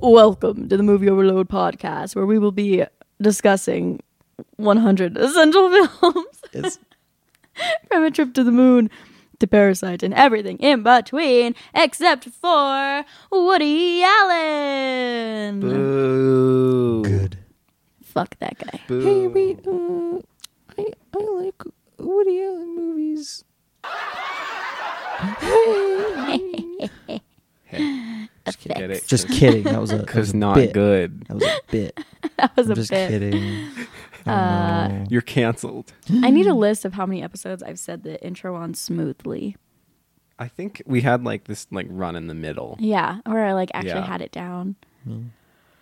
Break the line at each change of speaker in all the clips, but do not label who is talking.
Welcome to the Movie Overload podcast, where we will be discussing 100 essential films
It's
from a trip to the moon to Parasite and everything in between, except for Woody Allen.
Boo.
good.
Fuck that guy.
Boo.
Hey, wait. Uh, I I like Woody Allen movies.
Just get it.
Just kidding. That was a that was
because
a
not
bit.
good.
That was a bit.
That was
I'm
a
just
bit.
kidding. Oh, no.
You're canceled.
I need a list of how many episodes I've said the intro on smoothly.
I think we had like this like run in the middle.
Yeah, or I like actually
Yeah.
had it down.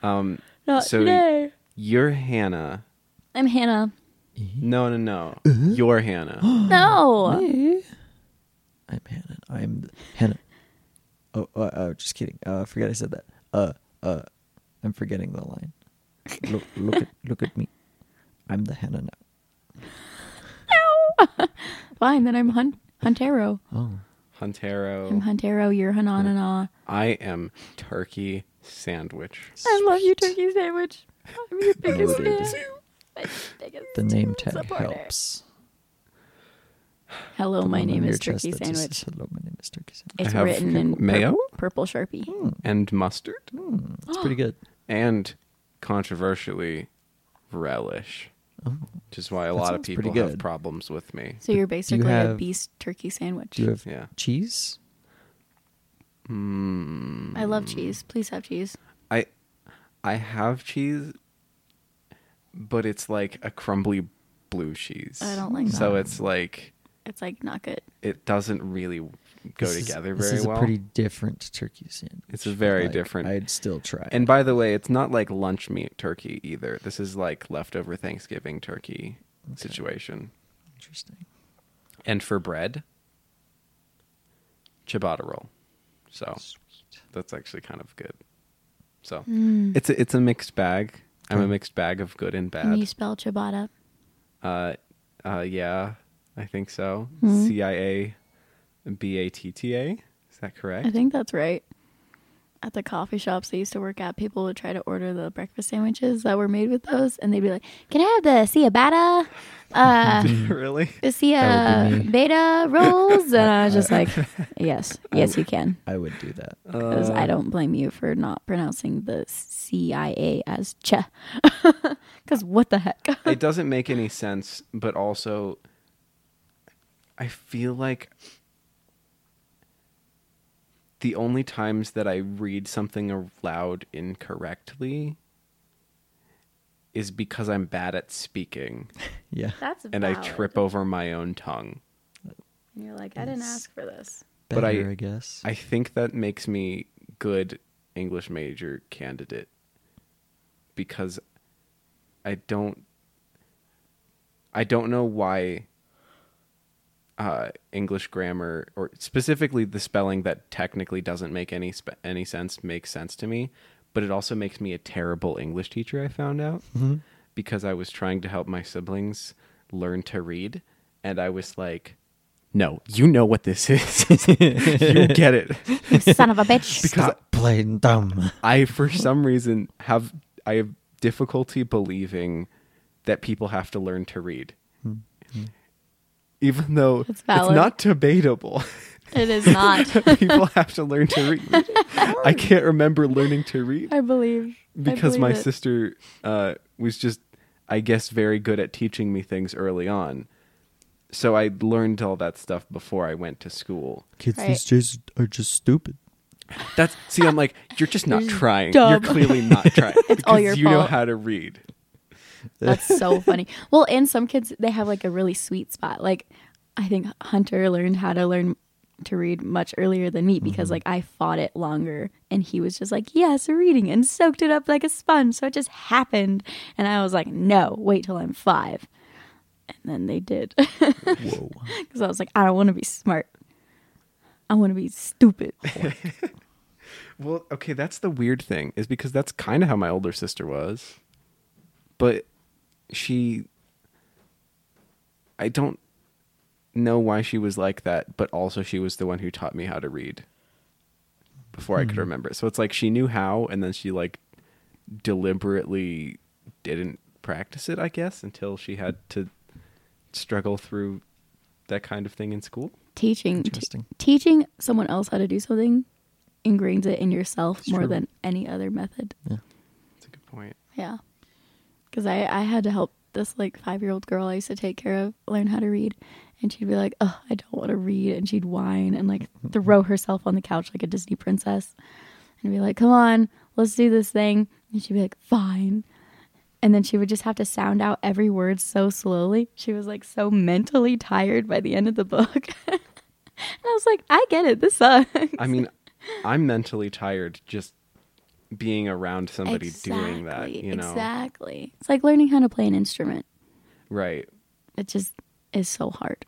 Um,
Not
So-
today.
you're Hannah.
I'm Hannah.
No, no, no.
Uh-huh.
You're Hannah.
No.
Hey. I'm Hannah. I'm th- Hannah. Oh, uh, uh, just kidding. Uh, I forget I said that. Uh, uh, I'm forgetting the line. Look, look at, look at me. I'm the Hannah now.
Fine, then I'm Hun- Huntero.
Oh,
I'm
Huntero.
Huntero, you're Hananana.
I am Turkey Sandwich.
I love you, turkey sandwich. I'm your biggest
Loaded.
fan. My biggest
the name tag
supporter.
helps.
Hello,
The
my
one
name
on your
is Turkey
chest that just
Sandwich.
says, Hello, my name is Turkey Sandwich.
It's
have
written in pur-
mayo?
purple sharpie.
Hmm.
And mustard.
It's pretty good.
And controversially, relish.
Oh,
Which is why a lot of
sounds pretty
people have
good.
problems with me.
So you're basically a
have-
beast turkey sandwich.
Do you have
Yeah.
cheese?
Hmm.
I love cheese. Please have cheese.
I I have cheese, but it's like a crumbly blue cheese.
I don't like
So
that.
it's like
It's like not good.
it doesn't really go
This is-
together
this
very
is
well.
a pretty different turkey sandwich.
It's a very
Like,
different-
I'd still try.
And by the way, it's not like lunch meat turkey either. This is like leftover Thanksgiving turkey situation.
interesting.
And for bread, ciabatta roll. So
Sweet.
that's actually kind of good. So
Mm.
it's a, it's a mixed bag. I'm a mixed bag of good and
Can
bad.
you spell ciabatta?
Uh, uh, yeah, I think so. C I A B A T T A. Is that correct?
I think that's right. At the coffee shops I used to work at, people would try to order the breakfast sandwiches that were made with those, and they'd be like, "Can I have the ciabatta, uh,
really?
the
That would be
cia uh, beta rolls?" And I was just like, "Yes, yes, you can,"
I would do that.
Oh. Uh,
because I don't blame you for not pronouncing the CIA as ch. Because what the heck?
it doesn't make any sense, but also, I feel like the only times that I read something aloud incorrectly is because I'm bad at speaking
Yeah.
That's
and I trip over my own tongue.
And you're like, "I didn't ask for this."
But I-
Better, I guess.
I think that makes me good English major candidate because I don't I don't know why uh, English grammar or specifically the spelling that technically doesn't make any spe- any sense makes sense to me, but it also makes me a terrible English teacher. I found out because I was trying to help my siblings learn to read, and I was like. No, you know what this is. you get it.
Son of a bitch!
Because
Stop playing dumb.
I, for some reason, have I have difficulty believing that people have to learn to read, even though
That's
it's
valid.
not debatable.
it is not.
people have to learn to read. I can't remember learning to read
I believe I
because my
believe it.
sister uh, was just, I guess, very good at teaching me things early on. So I learned all that stuff before I went to school.
Kids
Right.
these days are just stupid.
That's see, I'm like, you're just not trying. You're
dumb.
clearly not trying. it's
all your
you know
fault.
how to read.
That's so funny. Well, and some kids they have like a really sweet spot. Like I think Hunter learned how to learn to read much earlier than me because
Mm-hmm.
like I fought it longer and he was just like, "Yes, reading." and soaked it up like a sponge. So it just happened. And I was like, "No, wait till I'm 5." And then they did.
Whoa.
Cuz I was like, "I don't want to be smart. I want to be stupid."
Well, okay, that's the weird thing is because that's kind of how my older sister was, but she, I don't know why she was like that, but also she was the one who taught me how to read before I could remember. So it's like she knew how, and then she like deliberately didn't practice it, I guess, until she had to struggle through that kind of thing in school.
Teaching t-
Interesting.
teaching someone else how to do something ingrains it in yourself more
true.
than any other method.
Yeah.
That's a good point.
Yeah. Cuz I I had to help this like 5-year-old girl I used to take care of learn how to read and she'd be like, "Oh, I don't want to read." And she'd whine and like throw herself on the couch like a Disney princess and be like, "Come on, let's do this thing." And she'd be like, "Fine." And then she would just have to sound out every word so slowly. She was like so mentally tired by the end of the book. and I was like, "I get it. This sucks."
I mean, I'm mentally tired just being around somebody doing that,
Exactly,
you know.
Exactly. It's like learning how to play an instrument.
Right.
it just is so hard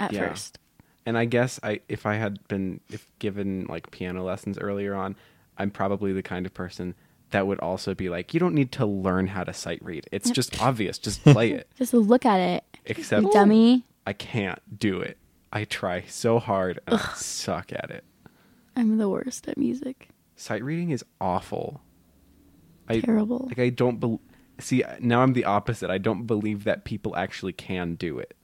at
Yeah.
first.
And I guess I if I had been if given like piano lessons earlier on, I'm probably the kind of person that would also be like, you don't need to learn how to sight read. It's just obvious. Just play it.
Just look at it,
Except
you dummy.
I can't do it. I try so hard and I suck at it.
I'm the worst at music.
Sight reading is awful. I,
Terrible.
Like I don't bel see now I'm the opposite. I don't believe that people actually can do it.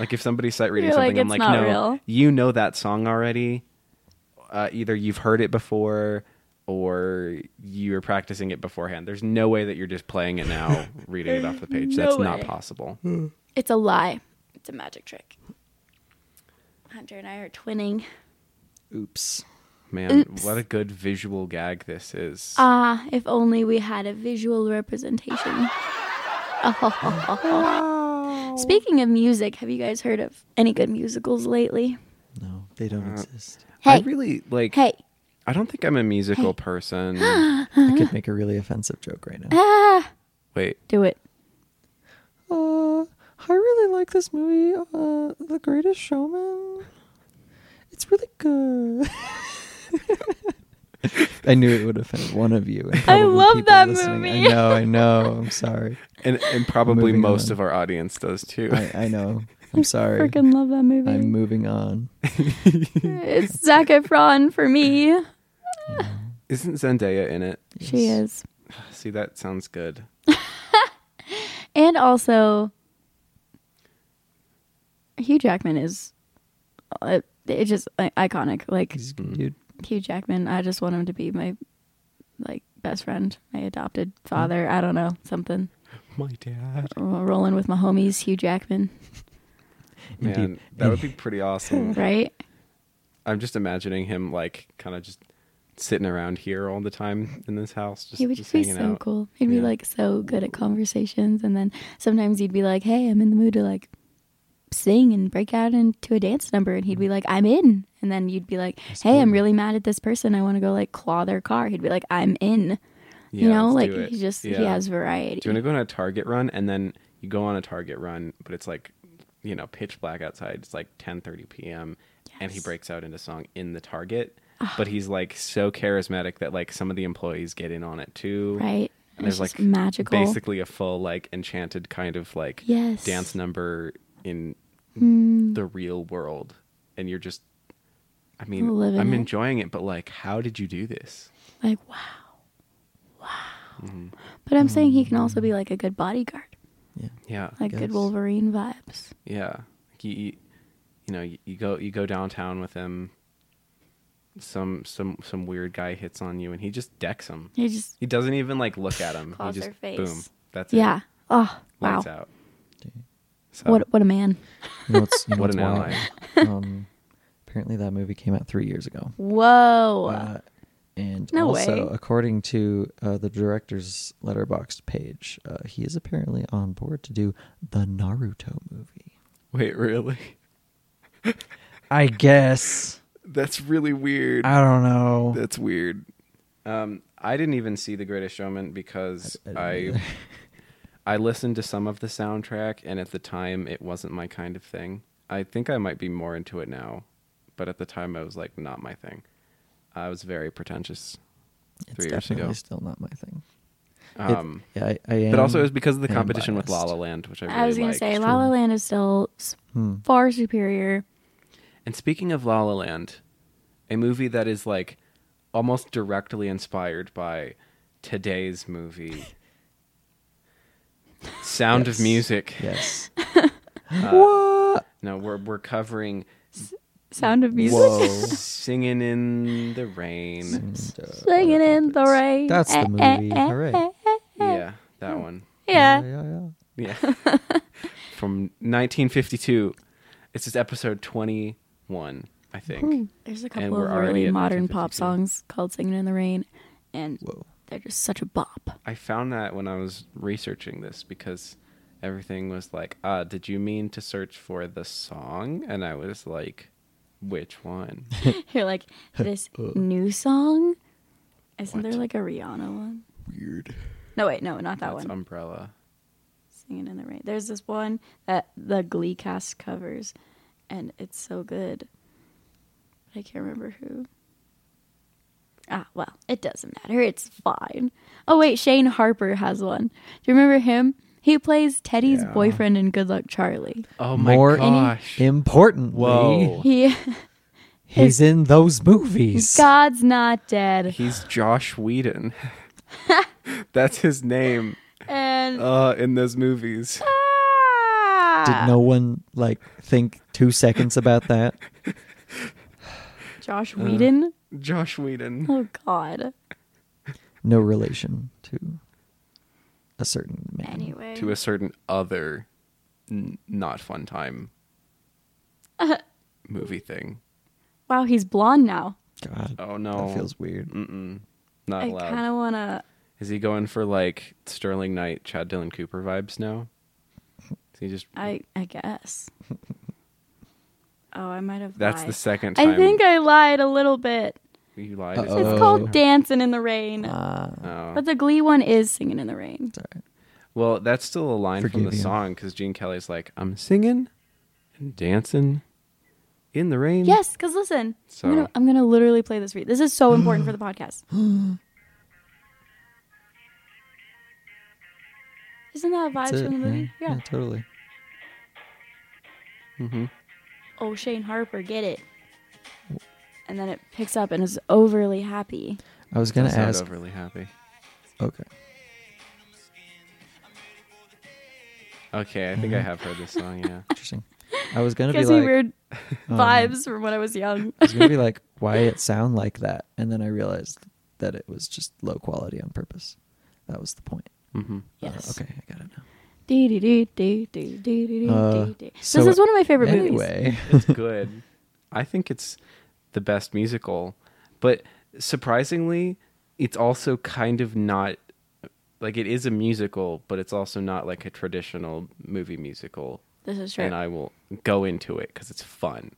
like if somebody's sight reading
You're like,
something,
"It's
I'm like,
not
no,
real."
you know that song already. Uh, either you've heard it before, or you were practicing it beforehand. There's no way that you're just playing it now, reading it off the page.
No
That's not
way. Hmm.
possible.
It's a lie. It's a magic trick. Hunter and I are twinning.
Oops.
Man,
Oops.
what a good visual gag this is.
Ah, if only we had a visual representation. Speaking of music, have you guys heard of any good musicals lately?
No, they don't
Uh,
exist.
I
Hey,
really like.
hey,
I don't think I'm a musical person.
I could make a really offensive joke right now.
Wait,
do it.
Uh, I really like this movie, uh, The Greatest Showman. It's really good. I knew it would offend one of you. and probably
love
people
that
listening.
movie.
I know, I know. I'm sorry.
and and probably
Moving
most
on.
of our audience does too.
I, I know. I'm sorry.
Freaking love that movie.
I'm moving on.
It's Zac Efron for me.
Isn't Zendaya in it?
She
Yes.
is.
See, that sounds good.
And also, Hugh Jackman is uh, it's just uh, iconic. Like
He's a
Mm.
good dude.
Hugh Jackman, I just want him to be my like best friend, my adopted father. I don't know something.
My dad.
Uh, Rolling with my homies, Hugh Jackman,
Man,
Indeed.
that would be pretty awesome.
right?
I'm just imagining him like kind of just sitting around here all the time in this house, just,
He would
just
just be
hanging
so
out.
cool. He'd be
Yeah.
like so good at conversations, and then sometimes he'd be like, "Hey, I'm in the mood to like." Sing and break out into a dance number, and he'd
Mm-hmm.
be like, "I'm in," and then you'd be like, "Hey, I'm
cool.
really mad at this person. I want to go like claw their car." He'd be like, "I'm in."
Yeah,
you know,
let's
like
do it.
he just
Yeah.
he has variety.
Do you want to go on a Target run and then you go on a Target run, but it's like, you know, pitch black outside. It's like 10:30 p.m. and he
Yes.
breaks out into song in the Target, but he's like so charismatic that like some of the employees get in on it too.
right?
And
it's
there's
just
like
magical.
basically a full like enchanted kind of like
Yes.
dance number in
Mm,
the real world and you're just I mean,
Living
I'm
it.
enjoying it, but like how did you do this?
like wow, wow.
Mm-hmm.
But I'm saying he can also be like a good bodyguard,
Yeah.
Yeah.
like
Yes.
good Wolverine vibes.
Yeah, like you, you, you know, you, you go you go downtown with him. Some some some weird guy hits on you, and he just decks him.
He just
He doesn't even like look at him.
Claws
he just
their face.
boom. That's
yeah.
it.
Oh wow,
Lights out.
Dang.
So,
what what a man.
You know what's, you know
What
what's
an
wild? um, apparently, that movie came out three years ago.
Whoa,
Uh, and
No
also,
way.
according to uh, the director's letterboxed page, uh, he is apparently on board to do the Naruto movie.
Wait, really?
I guess.
That's really weird.
I don't know.
That's weird. Um, I didn't even see The Greatest Showman because
I- I
I,
didn't either.
I listened to some of the soundtrack, and at the time, it wasn't my kind of thing. I think I might be more into it now, but at the time, I was like, not my thing. I was very pretentious.
It's
Three years
definitely
ago.
still not my thing. It-
Um,
yeah, I, I am,
but also, it was because of the
I am
competition with La
biased.
La Land, which I really
I was gonna
liked.
say La La Land is still s
Hmm.
far superior.
And speaking of La La Land, a movie that is like almost directly inspired by today's movie Sound
Yes.
of Music.
Yes.
No, we're we're covering
Sound of music.
Whoa.
Singing in the Rain.
And, uh,
Singing in the rain.
That's the
Eh, eh,
movie.
eh,
Hooray.
eh.
Yeah, that
Hmm.
one.
Yeah.
yeah, yeah.
Yeah. From 1952. It's just episode 21, I think.
Hmm.
There's a
And
couple
we're
of
already
really
at
modern pop
1952.
songs called Singing in the Rain, and
Whoa.
they're just such a bop.
I found that when I was researching this because everything was like, ah, did you mean to search for the song? And I was like, which one?
You're like, this new song? Isn't there
What?
like a Rihanna one?
Weird.
No, wait, no, not that
That's
one.
Umbrella.
Singing in the Rain. There's this one that the Glee cast covers, and it's so good. But I can't remember who. Ah, well, it doesn't matter. It's fine. Oh, wait, Shane Harper has one. Do you remember him? He plays Teddy's
Yeah.
boyfriend in Good Luck Charlie.
Oh my
More
gosh.
importantly,
Whoa.
He
he's in those movies.
God's not dead.
He's Josh Whedon. That's his name
And ah!
uh, in those movies.
Did no one like think two seconds about that?
uh,
Josh Whedon?
Josh Whedon.
oh god.
No relation to a certain man.
Anyway.
To a certain other n- not fun time movie thing.
wow, he's blonde now.
God,
Oh no. Mm.
that feels weird.
Mm-mm. Not
I
allowed.
kind of want to
Is he going for like Sterling Knight, Chad Dylan Cooper vibes now? Is he just
I I guess. Oh, I might have
that's
lied.
the second time
I think I lied a little bit.
you lied.
It's
It's
Oh. Ah.
called Dancing in the Rain.
Oh.
but the Glee one is Singing in the Rain.
Sorry.
Well, that's still a line from
Forgive
the
you.
song because Gene Kelly's like, "I'm singing and dancing in the rain."
Yes, because listen,
So-
I'm, gonna, I'm gonna literally play this for you. This is so important for the podcast. Isn't that
That's
vibes
it.
from the
Yeah,
movie? Yeah.
yeah, totally.
Mm-hmm.
Oh, Shane Harper, get it. And then it picks up and is overly happy.
I was gonna
That's not
ask.
overly happy.
Okay.
Okay, I think I have heard this song. Yeah.
Interesting. I was gonna be
Gives me
like,
weird
um,
vibes from when I was young.
I was gonna be like, why it sound like that, and then I realized that it was just low quality on purpose. That was the point.
hmm
Uh,
Yes.
okay, I got it now.
Dee dee dee dee dee dee dee
Uh,
dee dee.
so
This is one of my favorite movies.
anyway,
It's good. I think it's the best musical, but surprisingly, it's also kind of not like it is a musical, but it's also not like a traditional movie musical.
This is true.
And I will go into it because it's fun.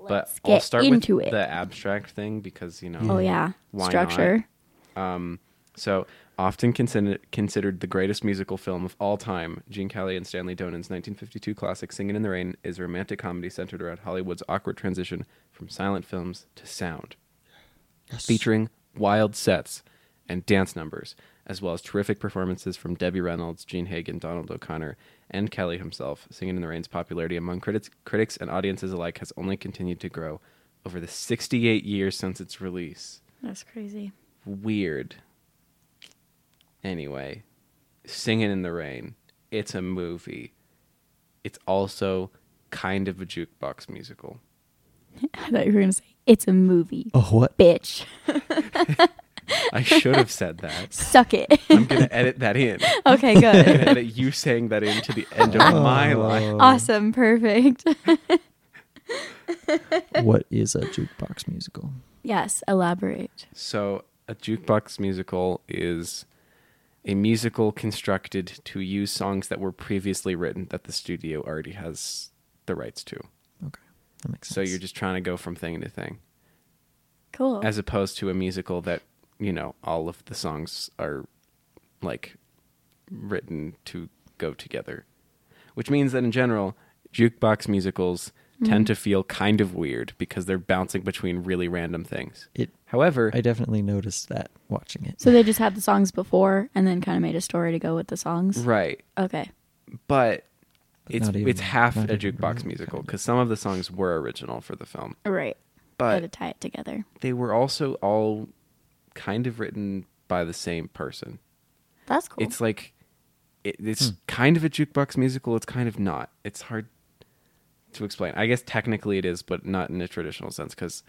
Let's
but I'll
get
start
into
with
it.
the abstract thing because you know.
oh yeah,
Why
structure.
So often consider- considered the greatest musical film of all time, Gene Kelly and Stanley Donen's 1952 classic *Singin' in the Rain* is a romantic comedy centered around Hollywood's awkward transition from silent films to sound, featuring wild sets and dance numbers, as well as terrific performances from Debbie Reynolds, Gene Hagen, Donald O'Connor, and Kelly himself. *Singin' in the Rain's popularity among critics, critics and audiences alike has only continued to grow over the 68 years since its release
That's crazy.
weird. Anyway, Singing in the Rain. It's a movie. It's also kind of a jukebox musical.
I thought you were gonna say it's a movie,
oh what?
bitch.
I should have said that.
Suck it.
I'm going to edit that in.
okay, good.
I'm gonna edit you saying that into the end of my life.
awesome. Perfect.
what is a jukebox musical?
yes. Elaborate.
So, a jukebox musical is a musical constructed to use songs that were previously written that the studio already has the rights to.
Okay, that makes sense.
So, you're just trying to go from thing to thing.
Cool.
as opposed to a musical that you know all of the songs are like written to go together which means that in general jukebox musicals tend to feel kind of weird because they're bouncing between really random things
it.
however
I definitely noticed that watching it.
so they just had the songs before, and then kind of made a story to go with the songs.
right
Okay.
but it's
not even-
it's half
not
a
even
jukbox
really,
musical
kinda.
because some of the songs were original for the film
Right. Got to
but
tie it together.
they were also all kind of written by the same person.
That's cool.
It's like it, it's kind of a jukebox musical. It's kind of not. It's hard to explain. I guess technically it is, but not in a traditional sense. Because,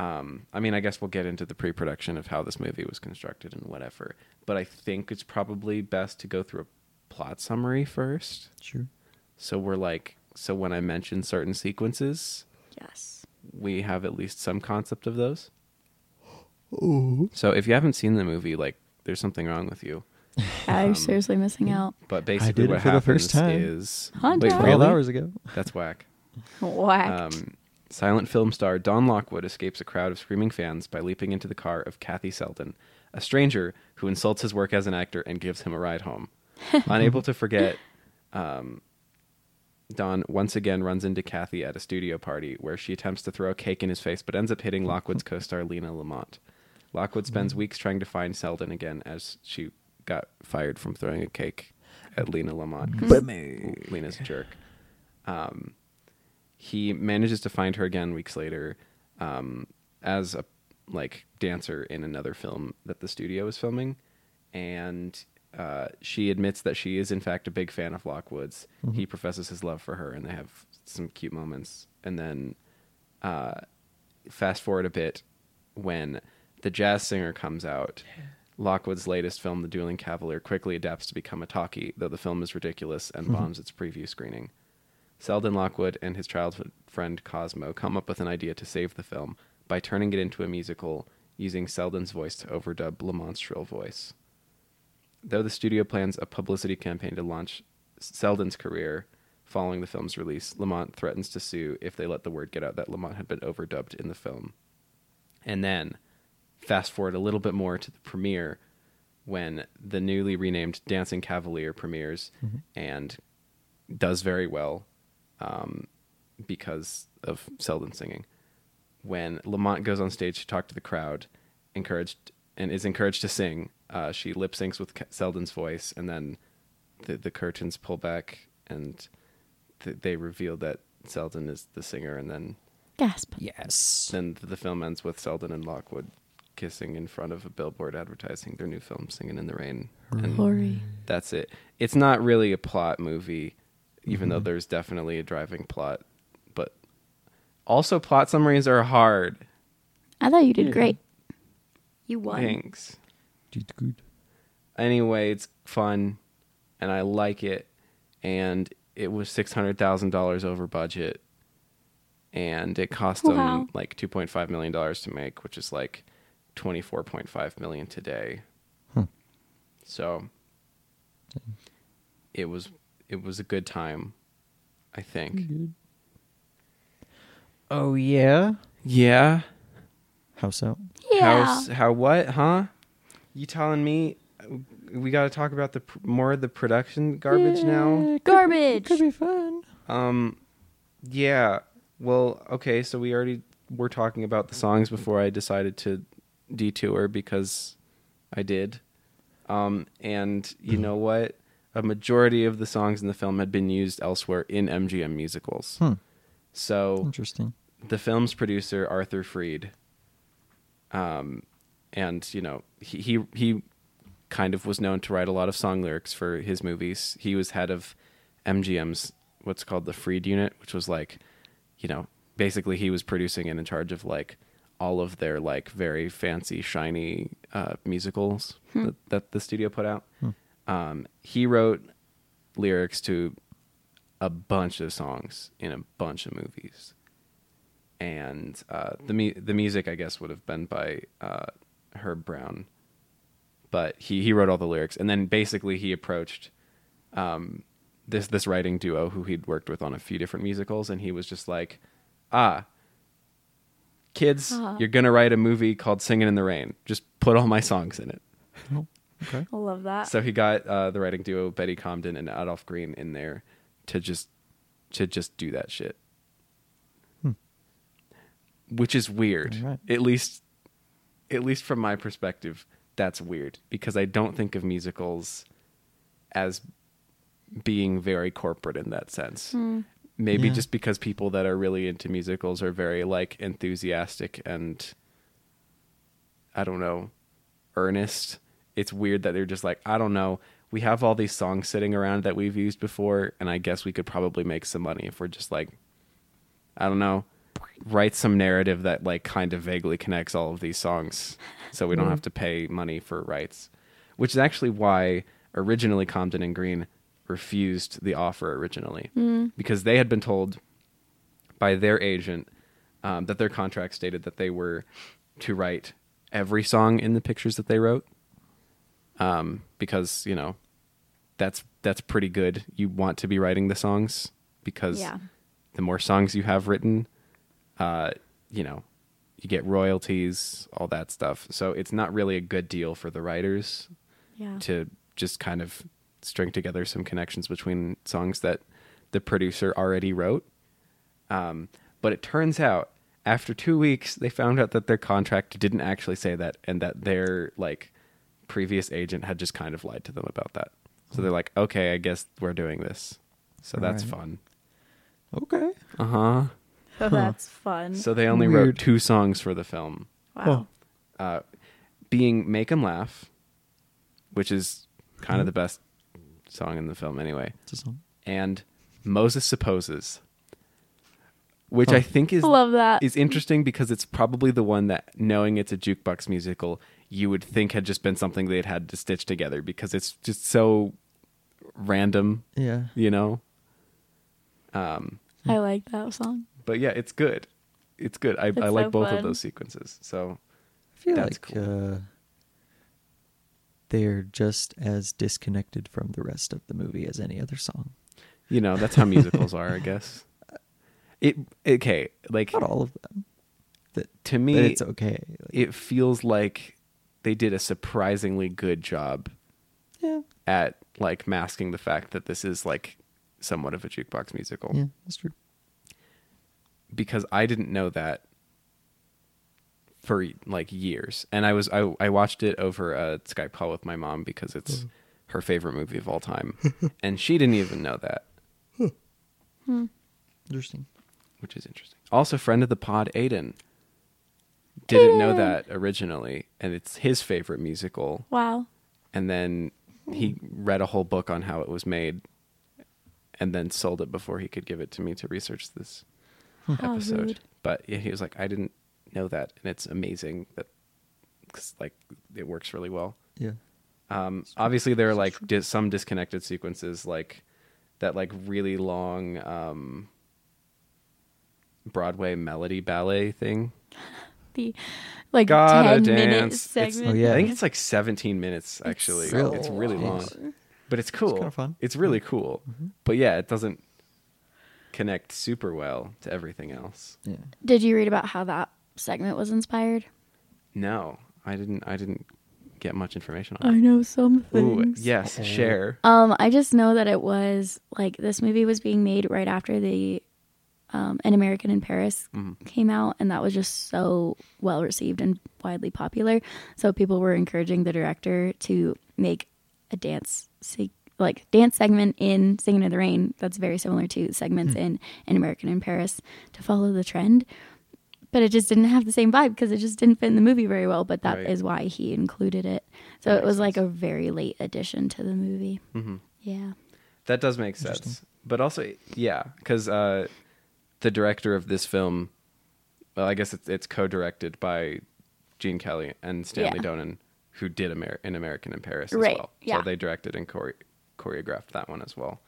um, I mean, I guess we'll get into the pre-production of how this movie was constructed and whatever. But I think it's probably best to go through a plot summary first.
Sure.
So we're like, so when I mention certain sequences,
yes.
we have at least some concept of those. So if you haven't seen the movie, like, there's something wrong with you.
Yeah, you're seriously missing out.
But basically,
did it
what
for the
happens
first time.
is
Hunter.
wait,
Twelve
Twelve
really?
hours ago.
That's whack.
Whacked.
Um, silent film star Don Lockwood escapes a crowd of screaming fans by leaping into the car of Kathy Selden, a stranger who insults his work as an actor and gives him a ride home. Unable to forget, um, Don once again runs into Kathy at a studio party where she attempts to throw a cake in his face but ends up hitting Lockwood's co star Lena Lamont. Lockwood spends weeks trying to find Selden again as she got fired from throwing a cake at Lena Lamont. 'cause Lena's a jerk. Um, he manages to find her again weeks later, um, as a like dancer in another film that the studio is filming, and uh, she admits that she is in fact a big fan of Lockwood's. He professes his love for her, and they have some cute moments. And then uh, fast forward a bit when the jazz singer comes out lockwood's latest film the dueling cavalier quickly adapts to become a talkie though the film is ridiculous and bombs its preview screening selden lockwood and his childhood friend cosmo come up with an idea to save the film by turning it into a musical using selden's voice to overdub lamont's shrill voice though the studio plans a publicity campaign to launch Selden's career following the film's release, Lamont threatens to sue if they let the word get out that Lamont had been overdubbed in the film. And then, fast forward a little bit more to the premiere when the newly renamed Dancing Cavalier premieres and does very well um, because of Selden singing. When Lamont goes on stage to talk to the crowd, encouraged and is encouraged to sing, uh, she lip syncs with Ca- Selden's voice, and then the, the curtains pull back and th- they reveal that Selden is the singer, and then
Gasp.
Yes.
then the film ends with Selden and Lockwood kissing in front of a billboard advertising their new film, Singing in the Rain. And
Glory.
that's it. It's not really a plot movie, even though there's definitely a driving plot. But also, plot summaries are hard.
I thought you did great. You won.
Thanks.
Did good.
Anyway, it's fun, and I like it. And it was six hundred thousand dollars over budget, and it cost
Wow.
them like two point five million dollars to make, which is like twenty four point five million today. So it was it was a good time, I think.
Mm-hmm.
Oh yeah.
Yeah.
How so?
Yeah.
How s- how what? Huh? You telling me we got to talk about the pr- more of the production garbage now?
Garbage.
Could be fun.
Um yeah. Well, okay, so we already were talking about the songs before I decided to detour because I did. Um and you know what? A majority of the songs in the film had been used elsewhere in MGM musicals.
Hmm.
So
Interesting.
the film's producer Arthur Freed, um, and you know he, he he kind of was known to write a lot of song lyrics for his movies. He was head of MGM's what's called the Freed unit, which was like, you know, basically he was producing and in charge of like all of their like very fancy shiny uh, musicals that, that the studio put out. Um, he wrote lyrics to a bunch of songs in a bunch of movies and uh, the mu- the music I guess would have been by uh, Herb Brown, but he he wrote all the lyrics, and then basically he approached um, this this writing duo who he'd worked with on a few different musicals, and he was just like, ah. Kids,
Ah.
you're gonna write a movie called "Singing in the Rain." Just put all my songs in it.
Oh, okay.
I love that.
So he got uh, the writing duo Betty Comden and Adolph Green in there to just to just do that shit, which is weird.
All right.
At least, at least from my perspective, that's weird because I don't think of musicals as being very corporate in that sense. Maybe
Yeah.
just because people that are really into musicals are very like enthusiastic and I don't know, earnest it's weird that they're just like, I don't know. We have all these songs sitting around that we've used before, and I guess we could probably make some money if we're just like, I don't know, write some narrative that like kind of vaguely connects all of these songs, so we don't have to pay money for rights. Which is actually why originally Compton and Green refused the offer originally because they had been told by their agent um, that their contract stated that they were to write every song in the pictures that they wrote um, because you know that's that's pretty good you want to be writing the songs because
Yeah.
the more songs you have written uh, you know you get royalties all that stuff so it's not really a good deal for the writers
Yeah.
to just kind of string together some connections between songs that the producer already wrote. Um, but it turns out after two weeks, they found out that their contract didn't actually say that, and that their like previous agent had just kind of lied to them about that. So they're like, okay, I guess we're doing this. So that's
Alright.
fun.
Okay.
Uh huh.
Oh, that's fun.
So they only
Weird.
wrote two songs for the film.
wow.
being Make 'em Laugh, which is kind of the best song in the film anyway,
It's a song.
and Moses Supposes, which I think is
Love that.
is interesting because it's probably the one that knowing it's a jukebox musical, you would think had just been something they'd had to stitch together because it's just so random,
Yeah.
you know.
I like that song.
But yeah, it's good. It's good. I, I
That's
like
so
both of
fun.
those sequences. So
I feel
That's
like uh, they're just as disconnected from the rest of the movie as any other song.
you know that's how musicals are, I guess. It okay, like
Not all of them. That
to
but
me
it's okay. Like,
it feels like they did a surprisingly good job
yeah,
at like masking the fact that this is like somewhat of a jukebox musical
yeah, that's true.
because I didn't know that for like years and I was I, I watched it over a Skype call with my mom because it's her favorite movie of all time and she didn't even know that
Interesting.
which is interesting also friend of the pod Aiden didn't know that originally and it's his favorite musical
Wow.
and then he read a whole book on how it was made and then sold it before he could give it to me to research this
How
episode
rude.
but yeah, he was like i didn't know that and it's amazing that because like it works really well
Yeah,
um obviously there are like dis- some disconnected sequences like that like really long um broadway melody ballet thing
The like
Gotta
ten minute
dance. It's-
segment.
Oh, yeah.
i think it's like 17 minutes actually it's,
so
really long
long.
but it's cool. It's
kinda fun. Mm-hmm.
really cool. But yeah, it doesn't connect super well to everything else.
yeah.
Did you read about how that segment was inspired?
No, I didn't. I didn't get much information
I
on.
know some
It. Ooh,
things.
yes,
Uh-oh.
share.
Um, I just know that it was like this movie was being made right after the um, An American in Paris came out, and that was just so well received and widely popular. So people were encouraging the director to make a dance se- like dance segment in Singing in the Rain that's very similar to segments in An American in Paris to follow the trend. But it just didn't have the same vibe because it just didn't fit in the movie very well. But that is
Right.
why he included it. So it was like a very late addition to the movie.
Mm-hmm.
Yeah.
That does make sense. But also, yeah, because uh, the director of this film, well, I guess it's, it's co-directed by Gene Kelly and Stanley
Yeah.
Donen, who did Amer- an American in Paris as
Right,
well.
yeah.
So they directed and chore- choreographed that one as well,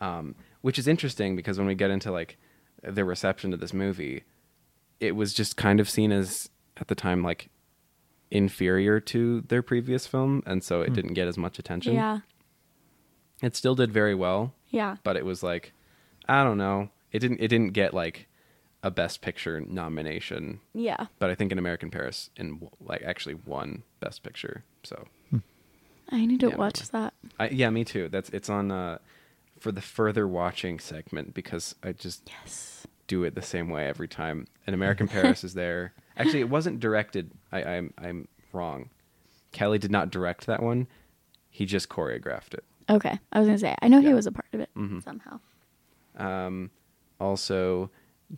um, which is interesting because when we get into like the reception to this movie, it was just kind of seen as at the time like inferior to their previous film, and so it didn't get as much attention.
Yeah.
It still did very well,
Yeah.
but it was like I don't know. It didn't it didn't get like a best picture nomination,
Yeah.
but I think in American Paris in like actually won best picture. So
I need to
Yeah,
watch that.
I yeah, me too. That's it's on uh for the further watching segment because I just
Yes.
do it the same way every time. And American Paris is there. Actually, it wasn't directed. I, I'm I'm wrong. Kelly did not direct that one. He just choreographed it.
Okay. I was going to say, I know
Yeah. Mm-hmm.
he was a part of it somehow.
Also,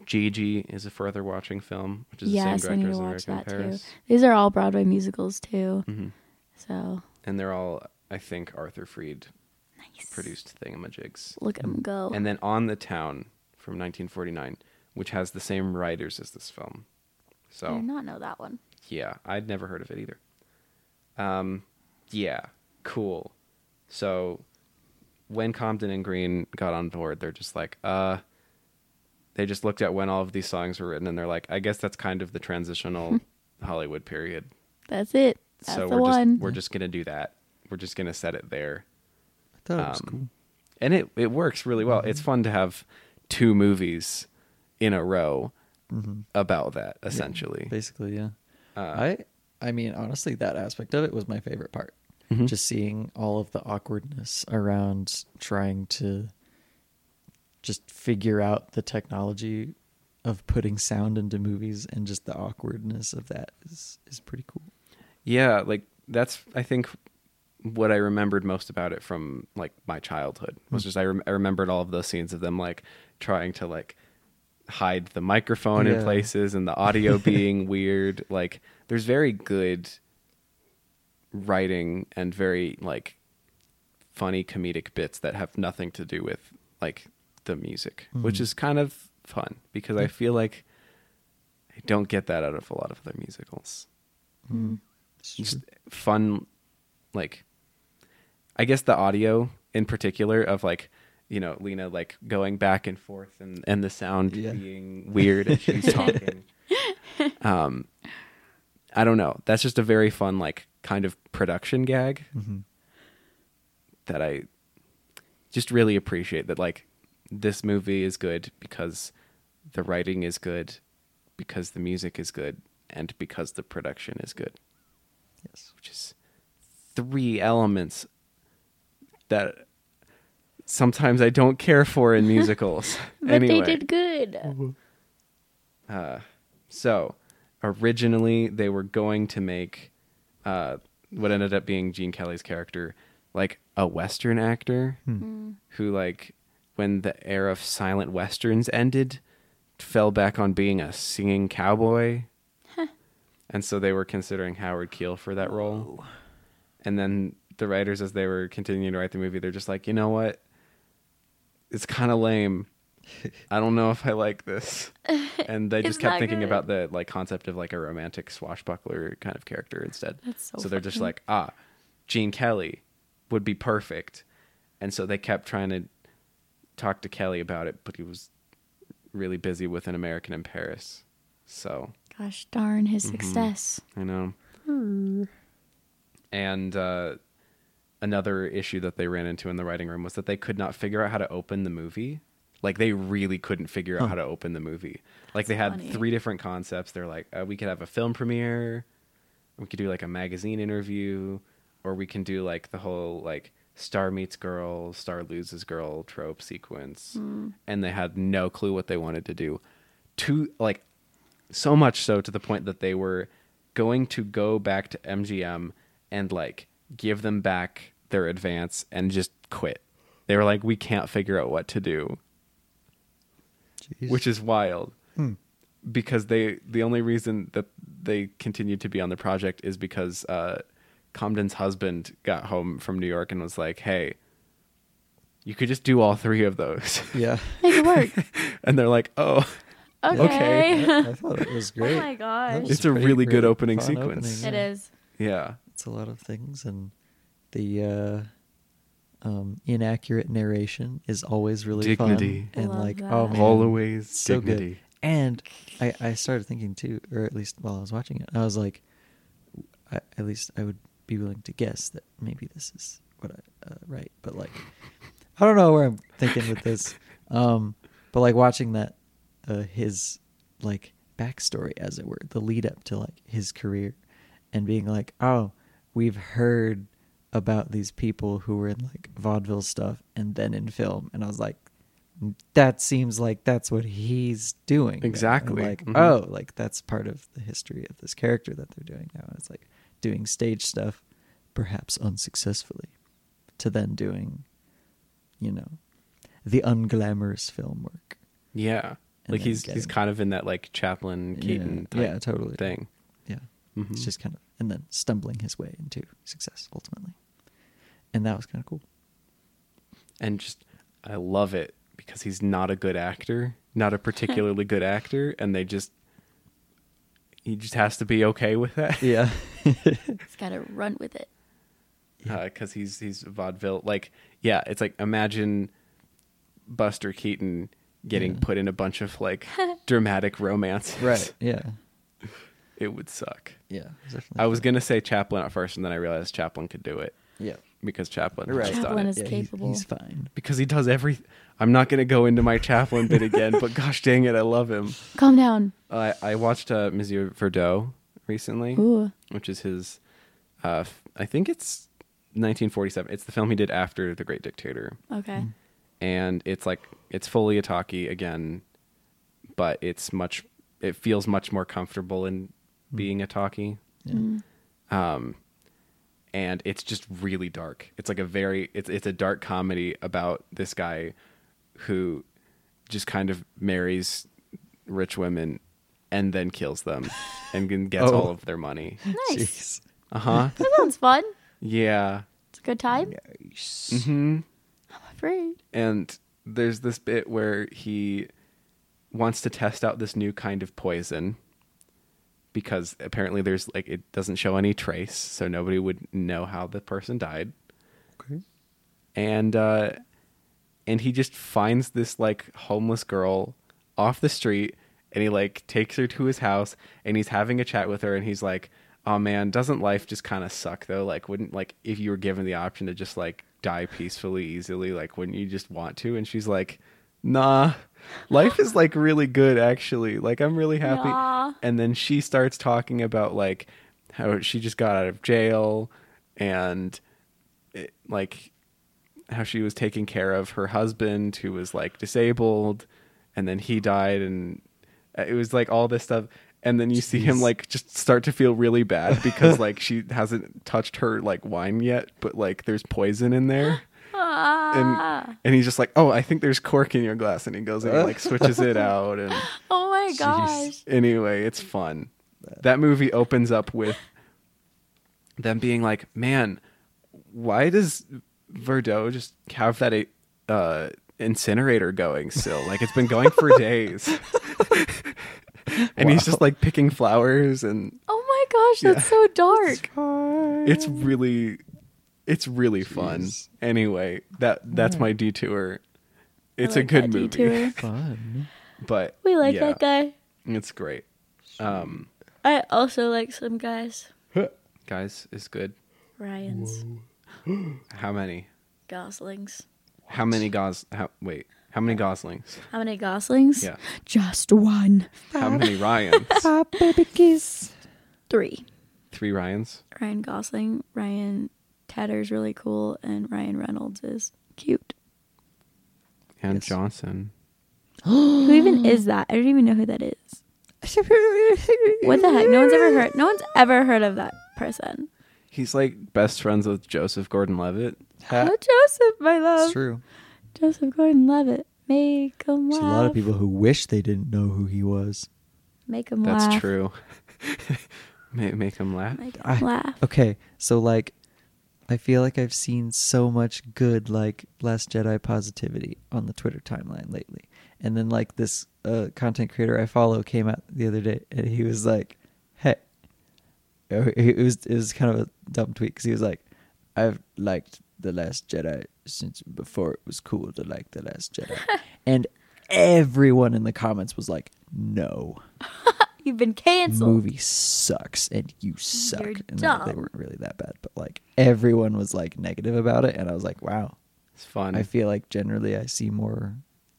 Gigi is a further watching film, which is
Yes,
the
I
same
need
director Mm-hmm.
to
as
watch
American
that
Paris.
too. These are all Broadway musicals too. So
and they're all I think Arthur Freed
Nice.
produced thingamajigs.
Look at him go.
And then On the Town from 1949, which has the same writers as this film.
I
So
did not know that one.
yeah, I'd never heard of it either. Um, yeah, cool. So when Compton and Green got on board, they're just like, uh, they just looked at when all of these songs were written, and they're like, I guess that's kind of the transitional Hollywood period.
That's it. That's
so
the
we're
one.
just we're just gonna do that. We're just gonna set it there
I thought it was cool.
and it it works really well.
Mm-hmm.
It's fun to have two movies in a row
Mm-hmm.
about that essentially.
Basically, yeah.
Uh,
I I mean, honestly, that aspect of it was my favorite part.
Mm-hmm.
Just seeing all of the awkwardness around trying to just figure out the technology of putting sound into movies and just the awkwardness of that is is pretty cool.
Yeah, like that's I think what I remembered most about it from like my childhood was just I, rem- I remembered all of those scenes of them like trying to like hide the microphone in
Yeah.
places and the audio being weird. Like there's very good writing and very like funny comedic bits that have nothing to do with like the music, which is kind of fun because I feel like I don't get that out of a lot of other musicals
It's
just
true.
fun like i guess the audio in particular of like you know lena like going back and forth and and the sound
Yeah.
being weird as she's talking um i don't know that's just a very fun like kind of production gag that i just really appreciate that like this movie is good because the writing is good because the music is good and because the production is good
Yes.
which is three elements that sometimes I don't care for in musicals.
but
anyway,
they did good.
so originally they were going to make uh, what ended up being Gene Kelly's character like a Western actor
Hmm.
who, like, when the era of silent westerns ended, fell back on being a singing cowboy. And so they were considering Howard Keel for that role. And then the writers, as they were continuing to write the movie, they're just like, you know what? It's kind of lame. I don't know if I like this. And they
It's
just kept
not
thinking
good.
about the like concept of like a romantic swashbuckler kind of character instead.
That's so
they're just
fucking-
like, ah, Gene Kelly would be perfect. And so they kept trying to talk to Kelly about it, but he was really busy with an American in Paris. So
Gosh darn his
Mm-hmm.
success.
I know. And uh, another issue that they ran into in the writing room was that they could not figure out how to open the movie. Like they really couldn't figure out how to open the movie. Like they had
funny.
three different concepts. They're like, uh, we could have a film premiere, we could do like a magazine interview, or we can do like the whole like star meets girl, star loses girl trope sequence. And they had no clue what they wanted to do. To like so much so to the point that they were going to go back to MGM and like give them back their advance and just quit. They were like, we can't figure out what to do,
Jeez.
which is wild.
Hmm.
Because they, the only reason that they continued to be on the project is because uh, Comden's husband got home from New York and was like, hey, you could just do all three of those.
yeah.
Make it work.
and they're like, oh,
Okay.
I, I thought it was great.
oh my
That
gosh.
was
It's a
pretty
really good
great,
opening
fun
sequence.
opening,
It
yeah.
is.
yeah.
it's a lot of things and the uh um inaccurate narration is always really
Dignity.
fun and
Love
like
that.
oh man,
Always
so
dignity.
good and I, I started thinking too or at least while i was watching it i was like I, at least i would be willing to guess that maybe this is what i uh, right but like i don't know where i'm thinking with this um but like watching that uh his like backstory as it were the lead up to like his career and being like oh we've heard about these people who were in like vaudeville stuff and then in film and i was like that seems like that's what he's doing now. And,
Exactly.
like
Mhm.
oh like that's part of the history of this character that they're doing now and it's like doing stage stuff perhaps unsuccessfully to then doing you know the unglamorous film work
Yeah.
And then
like he's he's
getting-
kind of in that like Chaplin Keaton
yeah,
type
yeah totally
thing.
yeah It's just kind of and then stumbling his way into success ultimately. And that was kind of cool.
and just I love it because he's not a good actor, not a particularly good actor, and they just he just has to be okay with that
Yeah.
He's got to run with it.
because Uh, he's he's vaudeville. Like yeah, it's like imagine Buster Keaton getting put in a bunch of like dramatic romances.
right. Yeah.
it would suck.
Yeah. Definitely.
I was gonna say Chaplin at first, and then I realized Chaplin could do it
yeah.
because Chaplin
Right.
has done
Chaplin
it.
is
yeah, he's-
capable.
He's, fine.
because he does everything. I'm not gonna go into my Chaplin bit again, but gosh dang it, I love him.
Calm down.
I I watched uh, Monsieur Verdot recently,
Ooh.
which is his. Uh, f- I think it's 1947. It's the film he did after The Great Dictator,
Okay.
Mm. and it's like it's fully Itaki again, but it's much. It feels much more comfortable in being Itaki,
Yeah.
Mm.
and it's just really dark. It's like a very it's it's a dark comedy about this guy who just kind of marries rich women and then kills them and then gets
Oh.
all of their money.
Nice.
Jeez.
Uh-huh.
That sounds fun.
yeah.
It's a good time.
Mm-hmm.
I'm afraid.
And there's this bit where he wants to test out this new kind of poison because apparently there's like it doesn't show any trace, so nobody would know how the person died.
Okay.
and uh and he just finds this like homeless girl off the street and he like takes her to his house and he's having a chat with her and he's like oh man doesn't life just kind of suck though like wouldn't like if you were given the option to just like die peacefully easily like wouldn't you just want to and she's like nah life is like really good actually like i'm really happy
Nah.
and then she starts talking about like how she just got out of jail and it, like how she was taking care of her husband who was like disabled and then he died and uh, it was like all this stuff and then you see him like just start to feel really bad because like she hasn't touched her like wine yet but like there's poison in there
Ah.
and and he's just like oh i think there's cork in your glass and he goes and he, like switches it out and
oh my gosh.
anyway, it's fun. That movie opens up with them being like, "Man, why does Verdot just have that uh, incinerator going still? Like it's been going for days." and he's just like picking flowers, and
Oh my gosh. That's
Yeah.
so dark.
it's really, it's really fun.
Jeez.
Anyway, that that's my detour.
I
It's a
like
good
that
movie,
detour.
Fun.
but
We like
yeah,
that guy.
It's great. Um,
I also like some guys.
guys, it's good.
Ryan's.
How many?
Goslings.
How many gos? How, wait, how many goslings?
How many goslings?
Yeah.
Just one.
How many Ryans?
Three.
Three Ryans.
Ryan Gosling, Ryan Tedder's really cool, and Ryan Reynolds is cute.
And
Yes.
Johnson.
Who even is that? I don't even know who that is. What the heck? No one's ever heard. No one's ever heard of that person.
He's like best friends with Joseph Gordon-Levitt.
Oh, Joseph, my
It's
love.
true.
Joseph Gordon-Levitt. Make him laugh.
There's a lot of people who wish they didn't know who he was.
Make him
That's
laugh.
true. make, make him laugh.
Make him
I-
laugh.
Okay, so like, I feel like I've seen so much good like Last Jedi positivity on the Twitter timeline lately, and then like this uh, content creator I follow came out the other day, and he was like, "Hey," it it was it was kind of a dumb tweet because he was like, "I've liked the Last Jedi since before it was cool to like the Last Jedi," and everyone in the comments was like, "No."
You've been canceled.
movie sucks and you suck.
You're
and like, they
dumb.
weren't really that bad, but like everyone was like negative about it, and I was like, wow.
It's fun.
I feel like generally I see more,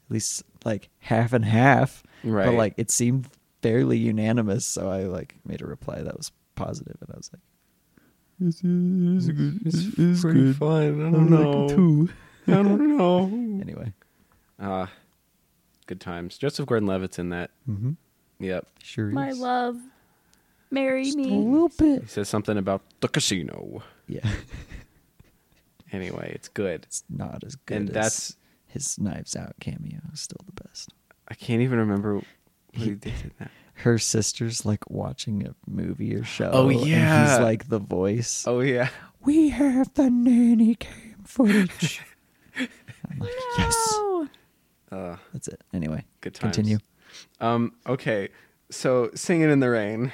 at least like half and half.
Right.
But like it seemed fairly unanimous, so I like made a reply that was positive, and I was like,
it's pretty fun. I don't know. I don't know.
anyway.
Ah, good times. Joseph Gordon-Levitt's in that.
Mm-hmm.
Yep.
Sure.
My
is.
love, marry
Just a
me.
little bit.
He says something about the casino.
Yeah.
Anyway, it's good.
It's not as good
and
as
that's
his Knives Out cameo. is Still the best.
I can't even remember What he did in that.
her sister's like watching a movie or show.
Oh,
and
yeah.
he's like the voice.
Oh yeah.
We have the nanny cam footage. I'm like, yes,
No.
that's it. Anyway,
Good times.
Continue.
Um, okay, so Singing in the Rain,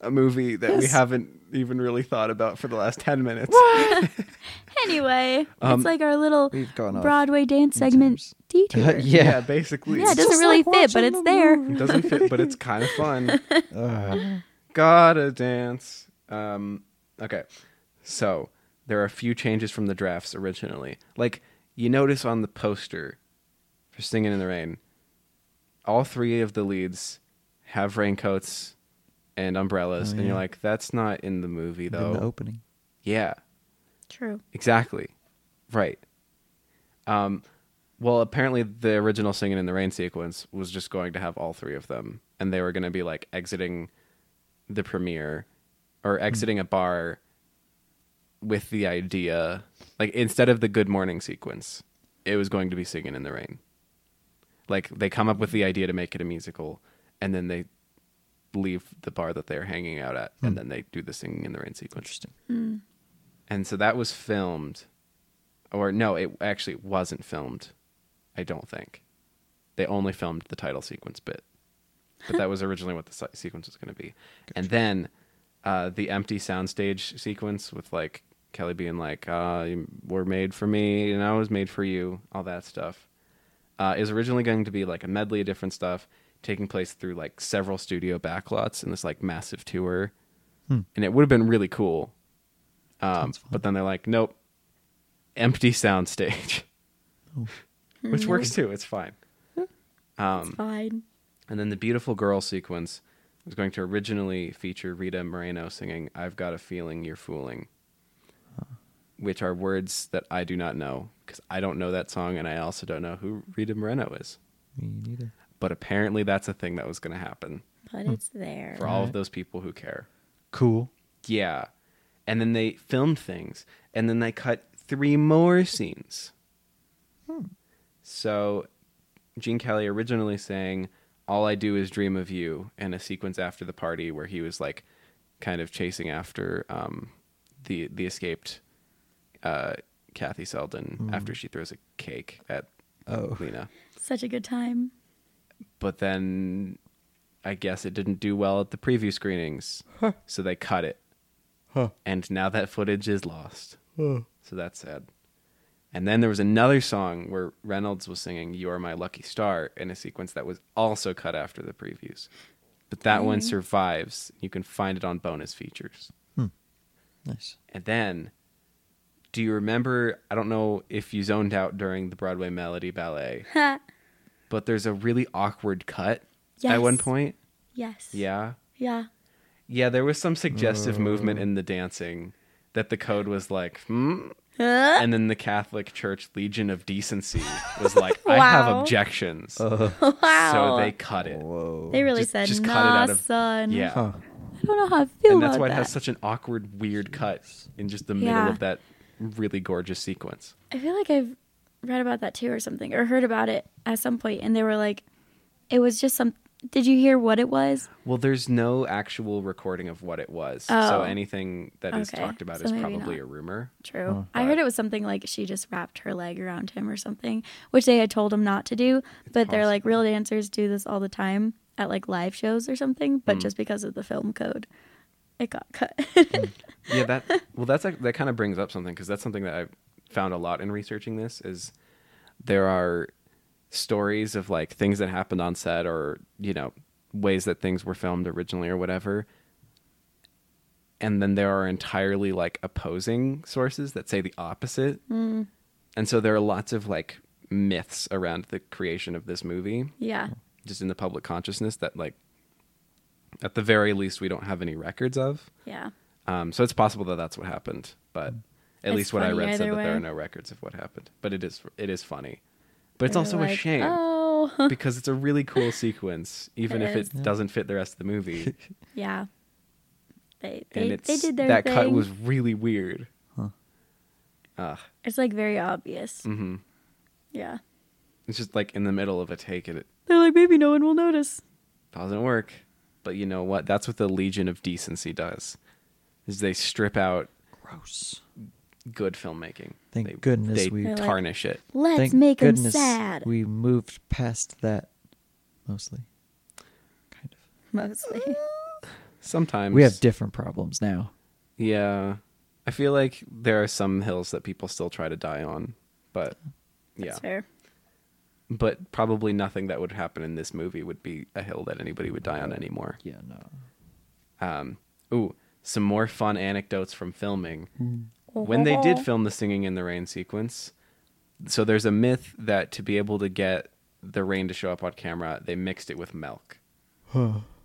a movie that we
Yes.
haven't even really thought about for the last 10 minutes.
Anyway,
Um,
it's like our little
we've gone off
Broadway dance segment
terms.
detour.
Uh,
yeah.
yeah.
basically.
it
it
doesn't
just
really
like
fit, but
watching
it's
a
there.
movie.
doesn't fit, but it's kind of fun.
Ugh.
Gotta dance. Um, okay, so there are a few changes from the drafts originally. Like, you notice on the poster for Singing in the Rain, all three of the leads have raincoats and umbrellas,
Oh,
and
yeah.
you're like, that's not in the movie,
In
though.
the opening.
Yeah.
True.
Exactly. Right. Um, well, apparently the original Singing in the Rain sequence was just going to have all three of them, and they were going to be like exiting the premiere or exiting a bar with the idea, like instead of the Good Morning sequence, it was going to be Singing in the Rain. Like they come up with the idea to make it a musical, and then they leave the bar that they're hanging out at, and then they do the Singing in the Rain sequence
Interesting.
and so that was filmed or no it actually wasn't filmed i don't think they only filmed the title sequence bit but that was originally what the se- sequence was going to be and then uh, the empty soundstage sequence with like kelly being like uh, you were made for me and i was made for you all that stuff uh, is originally going to be like a medley of different stuff taking place through like several studio backlots in this like massive tour and it would have been really cool um,
Sounds fun.
but then they're like, nope, empty soundstage, which works too. It's fine.
it's
um,
fine.
And then the beautiful girl sequence was going to originally feature Rita Moreno singing "I've Got a Feeling You're Fooling," which are words that I do not know because I don't know that song, and I also don't know who Rita Moreno is.
Me neither.
But apparently, that's a thing that was going to happen
But it's there.
for all of
Right.
those people who care.
Cool.
Yeah. And then they filmed things. And then they cut three more scenes. So Gene Kelly originally sang All I Do Is Dream of You in a sequence after the party where he was like kind of chasing after um, the the escaped uh, Kathy Selden after she throws a cake at
Oh.
Lena
Such a good time.
but then I guess it didn't do well at the preview screenings, so they cut it.
Huh.
And now that footage is lost.
Oh.
So that's sad. And then there was another song where Reynolds was singing "You Are My Lucky Star" in a sequence that was also cut after the previews, but that one survives. You can find it on bonus features.
Nice.
And then, do you remember? I don't know if you zoned out during the Broadway Melody Ballet, but there's a really awkward cut at one
Yes.
point.
yes.
Yeah.
Yeah.
Yeah, there was some suggestive movement in the dancing that the code was like, hmm.
Huh?
And then the Catholic Church Legion of Decency was like, I have
Wow.
objections.
wow.
So they cut it.
Whoa.
They really
Just-
said,
just
nah,
cut it out of-
son.
Yeah.
Oh. Huh.
I don't know how I feel
And that's
about
why it
that.
has such an awkward, weird cut in just the middle
Yeah.
of that really gorgeous sequence.
I feel like I've read about that too or something or heard about it at some point and they were like it was just some did you hear what it was?
Well, there's no actual recording of what it was. So
Oh.
anything that is
Okay.
talked about
So
is
maybe
probably
not.
a rumor.
True. I heard
But-
it was something like she just wrapped her leg around him or something, which they had told him not to do, but they're like real dancers do this all the time at like live shows or something, but
Mm.
just because of the film code it got cut.
Mm. yeah that well that's like that kind of brings up something because that's something that i've found a lot in researching this is there are stories of like things that happened on set or you know ways that things were filmed originally or whatever and then there are entirely like opposing sources that say the opposite and so there are lots of like myths around the creation of this movie
yeah.
just in the public consciousness that like at the very least we don't have any records of
Yeah.
um, so it's possible that that's what happened, but at
It's
least what I
funny
read said
either
that there
way.
are no records of what happened. But it is it is funny, but it's
They're
also a
like,
shame
Oh.
because it's a really cool sequence, even
It
if
is.
it doesn't fit the rest of the movie.
yeah. They they,
and it's
they did their
that
thing.
cut was really weird. Ugh.
it's like very obvious.
hmm
Yeah.
It's just like in the middle of a take, and it
They're like maybe no one will notice.
Doesn't work. But you know what? That's what the Legion of Decency does. Is they strip out
Gross.
good filmmaking.
Thank
They-
goodness
they
we-
They're like-
tarnish it.
Let's
Thank
make them
goodness
sad.
We moved past that mostly. Kind of.
mostly.
Sometimes
We have different problems now.
Yeah. I feel like there are some hills that people still try to die on, but yeah.
That's fair.
But probably nothing that would happen in this movie would be a hill that anybody would die on anymore.
Yeah, no.
Um, ooh, some more fun anecdotes from filming.
Mm.
When they
Oh.
did film the singing in the rain sequence, so there's a myth that to be able to get the rain to show up on camera, they mixed it with milk.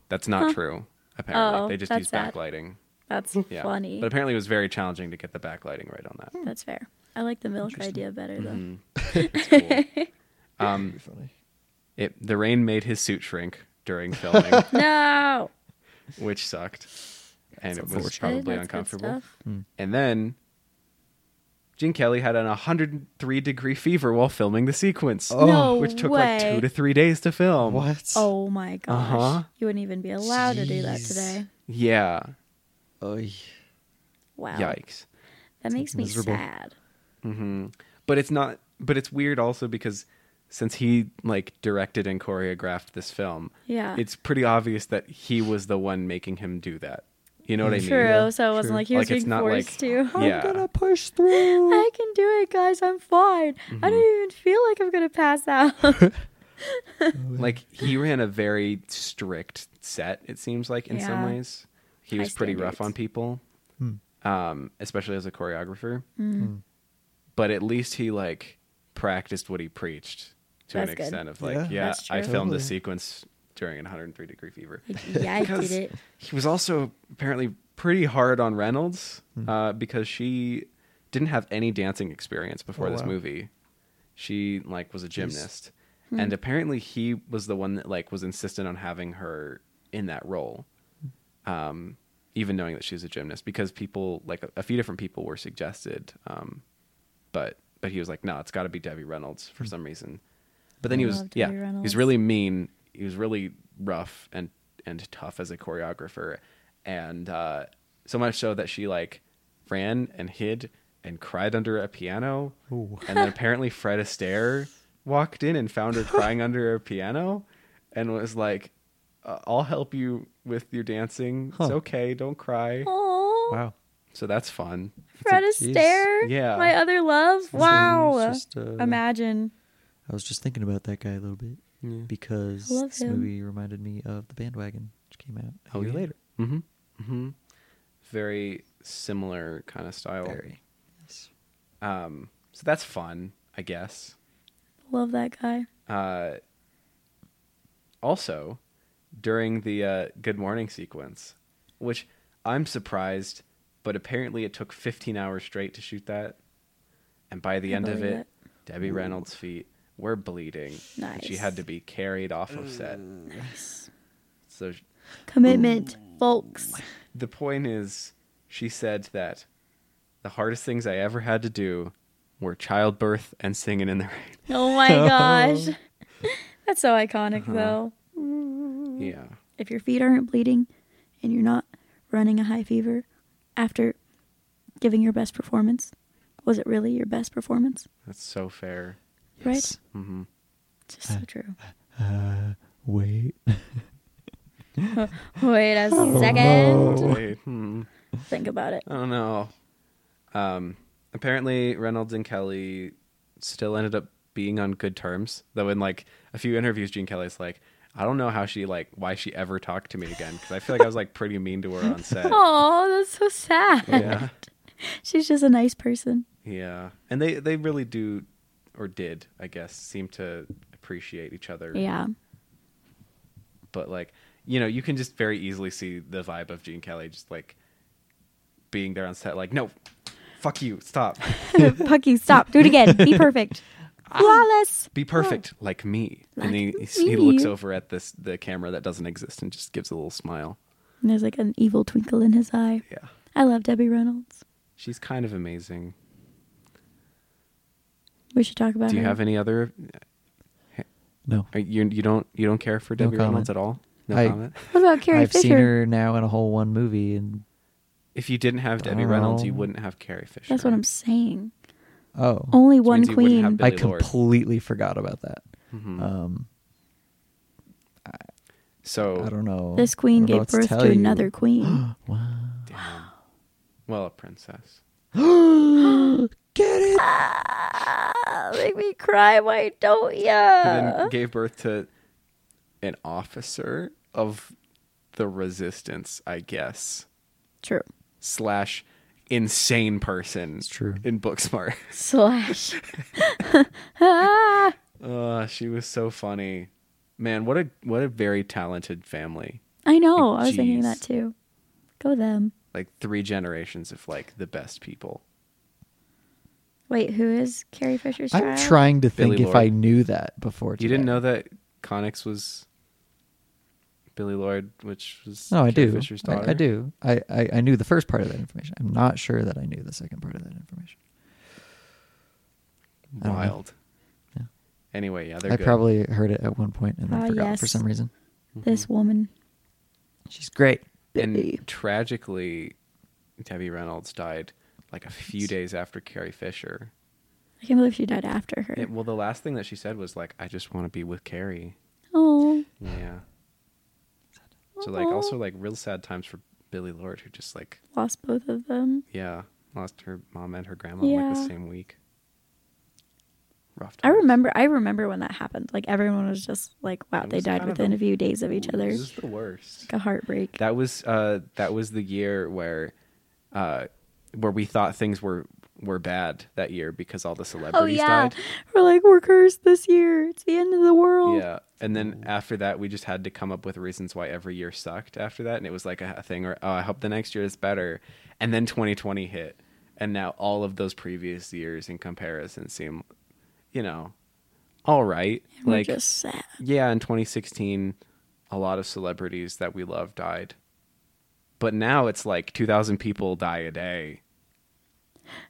That's not true. Apparently,
Oh,
they just
that's
used
sad.
backlighting.
That's
Yeah,
funny.
But apparently, it was very challenging to get the backlighting right on that.
That's fair. I like the milk idea better though.
Mm-hmm. It's cool. Um,
Pretty funny.
It, the rain made his suit shrink during filming,
No.
which sucked, and it was
unfortunate.
That's
probably
good
uncomfortable. Hmm.
stuff.
And then Gene Kelly had an 103 degree fever while filming the sequence,
No
which took
way.
like two to three days to film.
What?
Oh my gosh.
Uh-huh.
You wouldn't even be allowed to do that
Jeez.
today.
Yeah.
Oy.
Wow.
Yikes.
That makes me
miserable.
sad.
But it's not. But it's weird also because since he like directed and choreographed this film,
Yeah.
it's pretty obvious that he was the one making him do that. You know what I mean?
True. so it wasn't
True.
like he was
Like, it's
being
not like-
forced to.
Yeah.
I'm gonna push through.
I can do it, guys. I'm fine. I
Mm-hmm.
don't even feel like I'm gonna pass out.
like he ran a very strict set it seems like in some
Yeah.
ways he
High
was pretty rough
standards.
on people
Hmm.
um, especially as a choreographer
Hmm.
but at least he like practiced what he preached to
That's
an
good.
extent of like
Yeah.
yeah,
That's
i
true.
filmed
Totally.
this sequence during an 103 degree fever
yeah, I
Because-
did it.
he was also apparently pretty hard on Reynolds
Hmm.
uh, because she didn't have any dancing experience before
Oh,
this
wow.
movie. She like was a gymnast,
Hmm.
and apparently he was the one that like was insistent on having her in that role, um, even knowing that she was a gymnast because people like a, a few different people were suggested, um, but but he was like, no, it's got to be Debbie Reynolds for some reason. But then
Hmm. I
he was
love Debbie
yeah, he
Reynolds.
was really mean. He was really rough and and tough as a choreographer, and uh, so much so that she like ran and hid and cried under a piano,
Ooh.
and then apparently Fred Astaire walked in and found her crying under a piano, and was like, uh, "I'll help you with your dancing. It's
Huh.
okay. Don't cry."
Oh,
Wow.
So that's fun.
Fred
Jeez.
Astaire.
Yeah.
My other love. Wow.
just, uh,
Imagine.
I was just thinking about that guy a little bit because
I love
this
him.
movie reminded me of the bandwagon, which came out a
Oh,
year
yeah.
later.
Mm-hmm. Mm-hmm. Very similar kind of style.
Very. Yes.
Um, so that's fun, I guess.
Love that guy.
Uh, also, during the uh, good morning sequence, which I'm surprised, but apparently it took 15 hours straight to shoot that. And by the
I
end of
believe
it,
it.
Debbie Reynolds' feet were bleeding. and she
Nice. Mm,
had to be carried off of set. So sh-
Commitment, folks.
the point is, she said that the hardest things I ever had to do were childbirth and singing in the rain.
Oh my gosh. That's so iconic,
Uh-huh.
though. Mm-hmm.
Yeah.
If your feet aren't bleeding and you're not running a high fever after giving your best performance, was it really your best performance?
That's so fair.
Right?
Mm-hmm.
Just so true.
Uh, wait.
uh.
Wait a
Oh,
second.
hmm.
Think about it.
I don't know. Um, apparently, Reynolds and Kelly still ended up being on good terms. Though in like a few interviews, Gene Kelly's like, I don't know how she like why she ever talked to me again because I feel like I was like pretty mean to her on set.
Oh, that's so sad.
Yeah,
She's just a nice person.
yeah. And they they really do or did I guess seem to appreciate each other.
Yeah.
but like you know you can just very easily see the vibe of gene kelly just like being there on set like no fuck you stop
Pucky, stop. Do it again. Be perfect. Flawless.
Ah. be perfect like me
Like
and then he, he looks
me.
over at this the camera that doesn't exist and just gives a little smile
And there's like an evil twinkle in his eye.
yeah
I love Debbie Reynolds.
she's kind of amazing
We should talk about
do you
her.
have any other
No.
are you you don't you don't care for
No
debbie
comment.
reynolds at all No
I-
comment.
What about Carrie
I've
Fisher?
seen her now in a whole one movie, and
If you didn't have Debbie Reynolds, you
Oh.
wouldn't have Carrie Fisher.
That's what I'm saying.
oh,
Only
Which
one
means you wouldn't have
queen.
been-
I
Billy Lord. Mm-hmm.
completely forgot about that. Um,
So
I don't know.
This
I
queen
don't know
gave
what to
birth
tell
to
you.
another queen.
Damn. Well, a princess.
Get it?
ah, make me cry. Why don't
Who then
ya?
gave birth to an officer of the resistance, I guess,
True.
slash insane person. It's
true.
In Booksmart.
Slash. Ah.
Uh, she was so funny. Man, what a what a very talented family.
I know. I was thinking
Jeez.
that too. Go them.
Like three generations of like the best people.
Wait, who is Carrie Fisher's
I'm
child?
trying to
Billy
think if I
Lord.
knew that before.
You didn't
today.
know that Connix was Billy Lord, which was
No, I
Carrie
do.
Fisher's
I-
daughter.
I, do. I, I I knew the first part of that information. I'm not sure that I knew the second part of that information. don't know.
Wild.
Yeah.
Anyway, yeah, they're
I
good.
probably heard it at one point and then
Ah,
forgot for
yes.
some reason.
Mm-hmm.
This woman.
She's great.
Billy.
and tragically, Debbie Reynolds died like a few days after Carrie Fisher.
I can't believe she died after her.
It- well, the last thing that she said was like, "I just want to be with Carrie."
oh.
Yeah. So like,
Aw.
also like, real sad times for Billy Lord, who just like,
oh. Lost both of them.
yeah, lost her mom and her grandma in, like
Yeah.
the same week. Rough.
I
times.
remember I remember when that happened. Like everyone was just like, wow,
It
they
was
died
kind of
within
a-
a few days of each
Ooh,
other.
This is the worst.
Like a heartbreak.
That was uh that was the year where uh where we thought things were were bad that year because all the
oh
celebrities
yeah.
died.
We're like, we're cursed this year. It's the end of the world.
Yeah. And then after that we just had to come up with reasons why every year sucked after that and it was like a, a thing or oh I hope the next year is better. And then 2020 hit and now all of those previous years in comparison seem you know all right.
And we're just sad.
yeah, in 2016, a lot of celebrities that we love died. But now it's like 2,000 people die a day.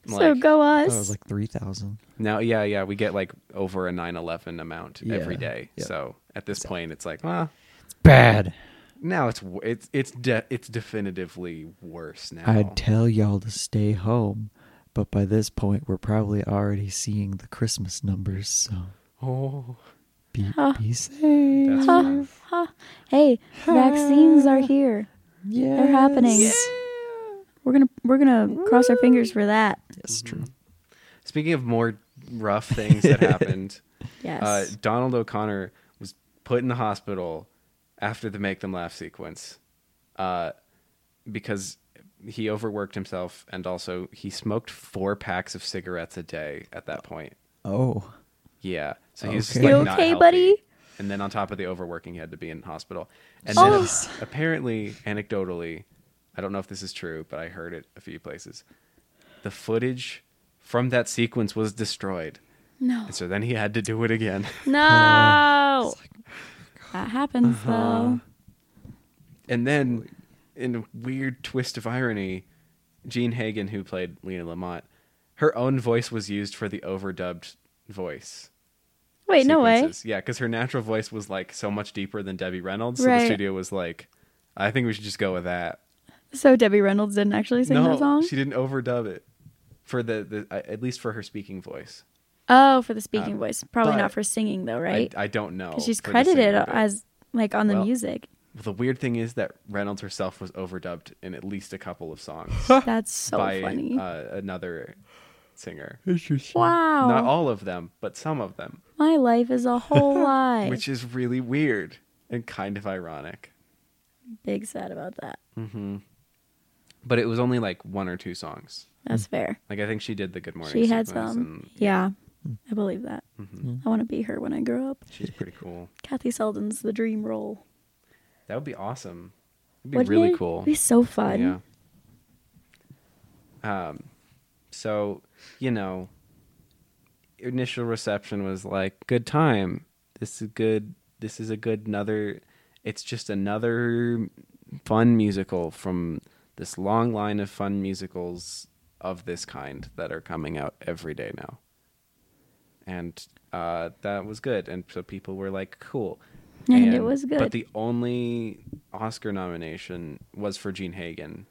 so go
That
us.
Oh, was like three thousand.
Now, yeah, yeah, we get like over a 9 11 amount every
Yeah,
day.
yeah.
So at this point, it's like, well,
Bad.
now it's w- it's it's de- it's definitively worse now.
I'd tell y'all to stay home, but by this point we're probably already seeing the Christmas numbers. So
oh,
be
Huh.
be safe.
that's fun.
Ha. Hey, vaccines are here.
yeah,
They're happening. We're gonna we're gonna cross our fingers for that.
Uh,
That's true.
Speaking of more rough things that happened.
Yes.
Uh, Donald O'Connor was put in the hospital after the Make Them Laugh sequence uh, because he overworked himself and also he smoked four packs of cigarettes a day at that point.
Oh,
Yeah. So he's just
Okay.
like,
You
not
okay,
healthy.
buddy?
And then on top of the overworking, he had to be in hospital. And then
Oh.
apparently, anecdotally, I don't know if this is true, but I heard it a few places. The footage from that sequence was destroyed.
no.
And so then he had to do it again.
No. that happens
uh-huh.
though.
And then, in a weird twist of irony, Jean Hagen, who played Lena Lamont, her own voice was used for the overdubbed voice.
Wait, no way.
sequences. Yeah, because her natural voice was like so much deeper than Debbie Reynolds. So
Right.
the studio was like, I think we should just go with that.
So Debbie Reynolds didn't actually sing
no,
that song?
she didn't overdub it for the, the I- at least for her speaking voice.
Oh, for the speaking voice. Probably
Uh, but
not for singing though,
I-
right?
I, don't know.
Because she's
for the singing
credited
of it.
as like on the
Well-
music.
the weird thing is that Reynolds herself was overdubbed in at least a couple of songs
That's so
by
funny.
Uh, another singer.
wow.
Not all of them, but some of them,
My life is a whole lie.
which is really weird and kind of ironic.
Big sad about that.
But it was only like one or two songs.
That's fair.
Like I think she did the Good Morning.
She had
Hmm. sequence,
some.
and Hmm. Mm-hmm.
Yeah. I believe that. I want to be her when I grow up.
she's pretty cool.
Kathy Selden's the dream role.
That would be awesome. It'd be
Wouldn't
really
it?
cool.
It'd be so fun.
Yeah. Um. So, you know, initial reception was like, "Good time. This is good. This is a good another. It's just another fun musical from this long line of fun musicals of this kind that are coming out every day now." And uh, that was good. And so people were like, "Cool."
And it was good.
But the only Oscar nomination was for Gene Hagen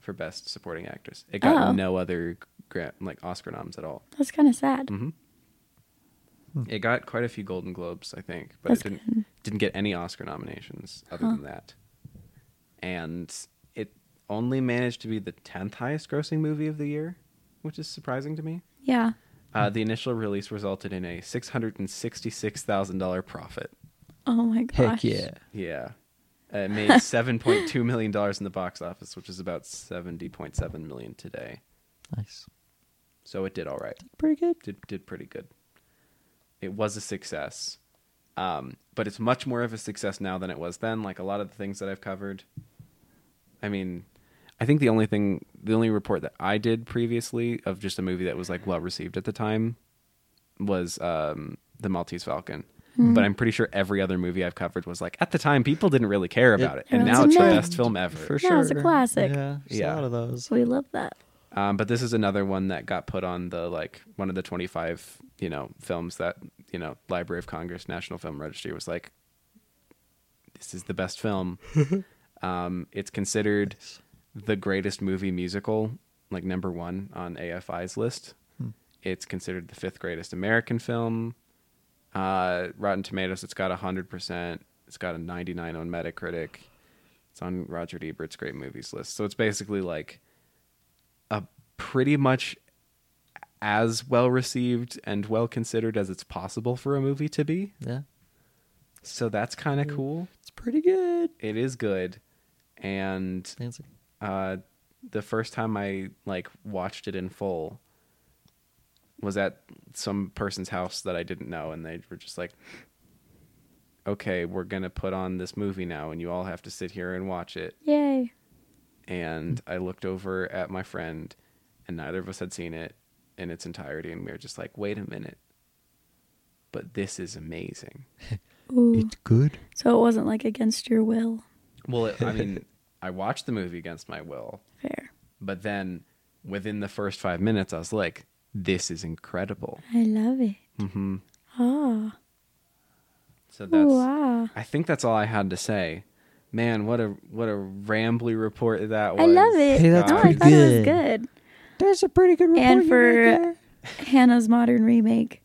for Best Supporting Actress. It got
Oh.
no other gra- like Oscar noms at all.
That's kind of sad.
Hmm. Mm-hmm. It got quite a few Golden Globes, I think, but
That's
it didn't didn't get any Oscar nominations other than that. And it only managed to be the tenth highest grossing movie of the year, which is surprising to me.
Yeah.
Uh, the initial release resulted in a six hundred and sixty-six thousand dollar profit.
Oh my
Heck
gosh.
yeah.
Yeah, Uh, it made seven point two million dollars in the box office, which is about seventy point seven million today.
Nice.
So it did all right.
Pretty good.
did did pretty good. It was a success, um, but it's much more of a success now than it was then. Like a lot of the things that I've covered. I mean, I think the only thing, the only report that I did previously of just a movie that was like well received at the time was um, the Maltese Falcon. But I'm pretty sure every other movie I've covered was like at the time people didn't really care about it, and
Everyone's
now it's the
amazed.
best film ever.
For
Yeah,
sure.
it's a classic.
Yeah. There's a
Yeah.
lot of those.
So we love that.
Um, but this is another one that got put on the like one of the 25, you know, films that, you know, Library of Congress National Film Registry was like, this is the best film. um, it's considered the greatest movie musical, like number one on AFI's list. It's considered the fifth greatest American film. Uh, Rotten Tomatoes, it's got 100%. It's got a 99 on Metacritic. It's on Roger Ebert's Great Movies list. So it's basically like a pretty much as well received and well considered as it's possible for a movie to be.
Yeah.
So that's kind of cool.
It's pretty good.
It is good. And
Fancy.
uh, the first time I like watched it in full was at some person's house that I didn't know, and they were just like, "Okay, we're gonna put on this movie now, and you all have to sit here and watch it."
Yay.
And I looked over at my friend, and neither of us had seen it in its entirety, and we were just like, "Wait a minute." But this is amazing.
Ooh.
good.
so it wasn't like against your will.
Well, it, I mean, I watched the movie against my will,
Fair.
But then within the first five minutes, I was like, this is incredible.
I love it.
Mm-hmm.
Oh.
So that's,
Wow.
I think that's all I had to say. Man, what a what a rambly report that was.
I love it.
Hey, that's
no, I
pretty
thought it was
good.
good.
There's a pretty good report.
And
you made
for-
there.
Hannah's modern remake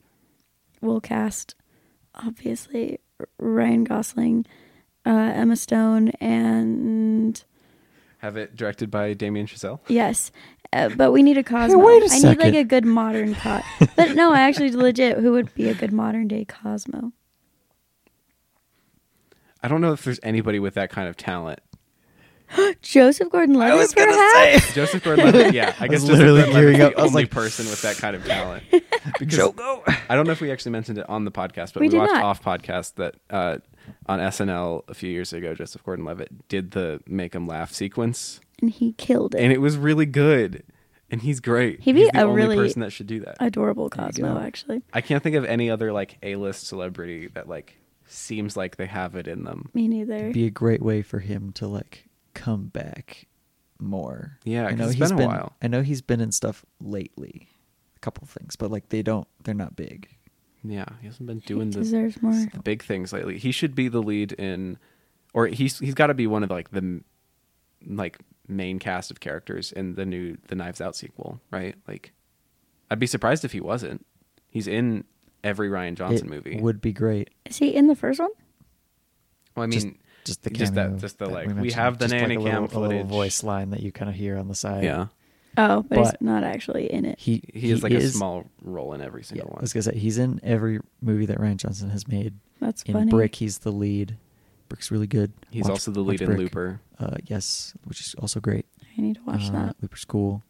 will cast obviously Ryan Gosling, uh, Emma Stone, and
Have it directed by Damien Chazelle.
yes, uh, but we need a Cosmo.
wait a
I need like
second.
a good modern co- But no, actually, legit, who would be a good modern day Cosmo?
I don't know if there's anybody with that kind of talent.
Joseph Gordon-Levitt, perhaps.
Joseph Gordon-Levitt, yeah, I guess
was
Joseph
literally
Gordon-Levitt's
gearing
the
up. I was
only
like-
person with that kind of talent. Because I don't know if we actually mentioned it on the podcast, but
We
we,
did
watched
not.
off podcast that uh, on SNL a few years ago. Joseph Gordon-Levitt did the "Make 'Em Laugh" sequence,
and he killed it.
and it was really good. And he's great.
He'd be
he's the
a
only
really-
person that should do that.
Adorable Cosmo, actually.
I can't think of any other like A-list celebrity that like seems like they have it in them.
Me neither.
be a great way for him to like come back more.
Yeah,
I
'cause
know
it's
he's
been a while.
I know he's been in stuff lately, a couple things, but like they don't, they're not big.
Yeah, he hasn't been
he
doing the
deserves more.
the big things lately. He should be the lead in, or he's he's got to be one of like the m- like main cast of characters in the new the Knives Out sequel, right? Like, I'd be surprised if he wasn't. He's in every Ryan Johnson
it
movie.
would be great.
Is he in the first one?
well, I mean,
just- Just the
Just that-
cameo
just the,
that
like, we
mentioned.
have the
Just, like,
nanny
a
cam
little, a
footage.
little voice line that you kind of hear on the side.
yeah,
Oh, but, he's
But-
not actually in it.
he
he, has like a
is-
small role in every
Yeah,
single
I
one.
was gonna say he's in every movie that Ryan Johnson has made.
That's
in
funny.
Brick, he's the lead. Brick's really good.
He's
Watch-
also the
watch
lead in
Brick.
Looper.
Uh, yes, which is also great.
I need to watch
uh,
that.
Looper School.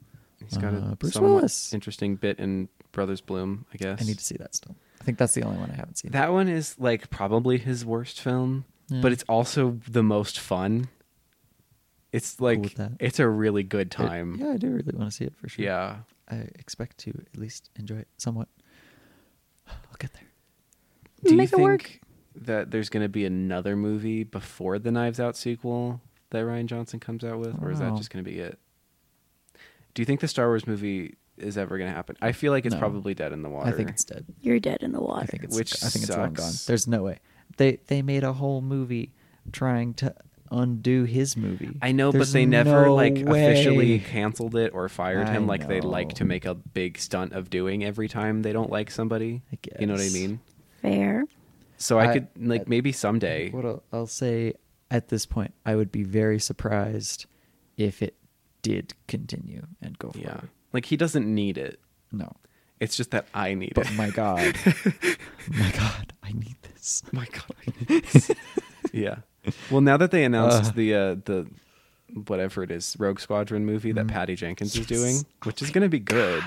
He's got
Uh,
a
Bruce
somewhat
Willis.
interesting bit in Brothers Bloom, I guess.
I need to see that still. I think that's the only one I haven't seen.
That one is like probably his worst film,
Yeah.
but it's also the most fun. It's like
with that.
it's a really good
It-
time.
yeah, I do really want to see it for sure.
yeah.
I expect to at least enjoy it somewhat. I'll get there.
Do
Make
you
it work.
think that there's going to be another movie before the Knives Out sequel that Ryan Johnson comes out with, or is that
Wow.
just going to be it? Do you think the Star Wars movie is ever going to happen? I feel like it's
No.
probably dead in the water.
I think it's dead.
You're dead in the water.
I think it's
Which
I think it's long gone.
sucks.
There's no way. They they made a whole movie trying to undo his movie.
I know,
There's
but they never
no
like officially
way.
canceled it or fired
I
him like they like
know.
to make a big stunt of doing every time they don't like somebody.
I
You know what I
guess.
mean?
Fair.
So I,
I-
could like maybe someday.
What I'll, I'll say at this point, I would be very surprised if it did continue and go
yeah.
forward.
Like he doesn't need it.
No,
It's just that I need
but
it.
my God, my God, I need this.
my god. I need this. yeah. Well, now that they announced
Uh.
the uh the whatever it is Rogue Squadron movie that Patty Jenkins is
Mm. Yes. Oh
doing, which is going to be good.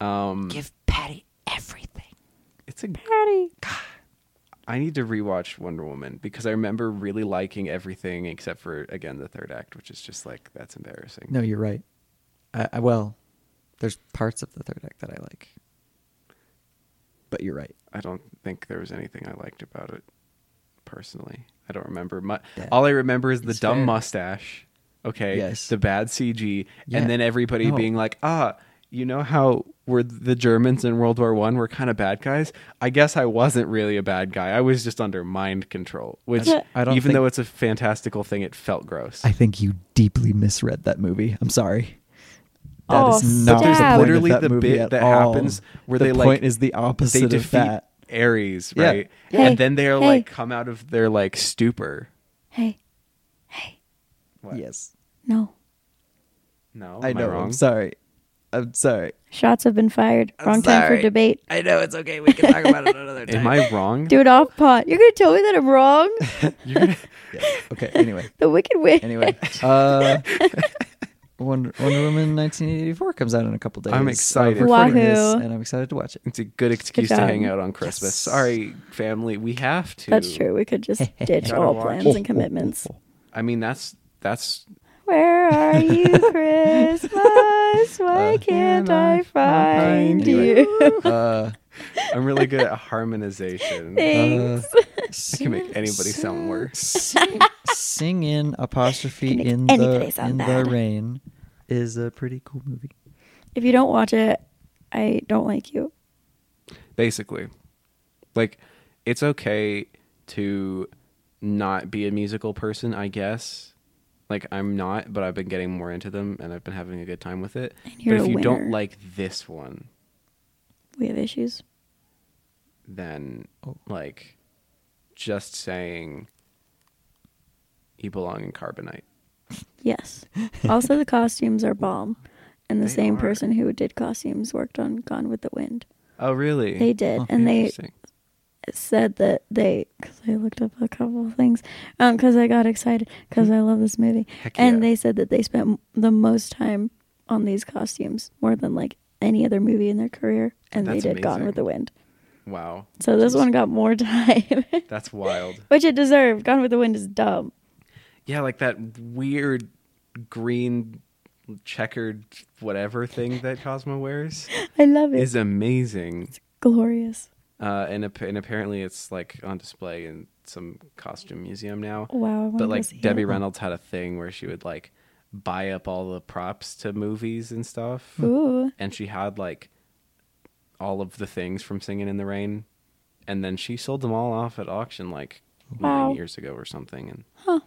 Um
Give Patty everything.
It's a I need to rewatch Wonder Woman because I remember really liking everything except for again the third act, which is just like that's embarrassing.
No, you're right. I, I well, there's parts of the third act that I like, but you're right.
I don't think there was anything I liked about it personally. I don't remember much.
That
All I remember is the
is
dumb
fair.
mustache. Okay.
Yes.
The bad CG,
Yeah.
and then everybody
No.
being like, ah. You know how were the Germans in World War One were kind of bad guys? I guess I wasn't really a bad guy. I was just under mind control, which
I don't
even
think-
though it's a fantastical thing, it felt gross.
I think you deeply misread that movie. I'm sorry. That
Oh,
is not
But there's
the point of
literally
that
the
movie
bit
at
that
all.
happens where
the
they, like,
point is the opposite
they
of
defeat
that.
Ares,
Yeah.
right?
Hey,
and then they're
hey.
like come out of their like stupor.
Hey,
What?
Yes,
no.
No,
I
am
know.
wrong?
I'm sorry. I'm sorry.
Shots have been fired.
I'm
Wrong time for
sorry.
debate.
I know it's okay. We can talk about it another
Am I wrong?
Do it off pot. You're gonna tell me that I'm wrong?
Okay. Anyway.
the Wicked Witch.
Anyway. Uh, Wonder, Wonder Woman 1984 comes out in a couple days.
I'm
of
excited.
recording this,
Wahoo.
and I'm excited to watch it.
It's a good excuse
Good
to
job.
hang out on Christmas.
Yes.
Sorry, family. We have to.
That's true. We could just ditch
Gotta
all
watch.
plans and commitments.
I mean, that's that's
Where are you, Christmas? Why can't I find
find you?
you?
Uh,
I'm really good at harmonization. I
Thanks.
can make anybody sound worse.
Uh, Sing, sing in apostrophe
Make
in the
anybody sound
in the
bad.
rain is a pretty cool movie.
if you don't watch it, I don't like you.
Basically, like it's okay to not be a musical person, I guess. Like I'm not, but I've been getting more into them, and I've been having a good time with it.
And you're
but if
a
you don't
winner.
like this one,
We have issues.
than
Oh.
like just saying you belong in carbonite.
Yes. Also, the costumes are bomb. And the
They
same
are.
person who did costumes worked on Gone with the Wind.
Oh, really?
They did.
Oh,
and they
Interesting.
said that they, because I looked up a couple of things, because I got excited, because I love this movie.
Heck
And
yeah.
they said that they spent m- the most time on these costumes, more than like any other movie in their career. And
That's
they did Gone
amazing.
with the Wind.
wow,
So this one got more time,
that's wild.
which it deserved. Gone with the Wind is dumb.
Yeah, like that weird green checkered whatever thing that Cosmo wears
I love it.
is amazing.
Glorious.
Uh, and ap- and apparently it's like on display in some costume museum now.
Wow. I wanna
but
go
like
see it.
Debbie Reynolds had a thing where she would like buy up all the props to movies and stuff.
Ooh.
and she had like all of the things from Singing in the Rain, and then she sold them all off at auction like
Wow.
nine years ago or something, and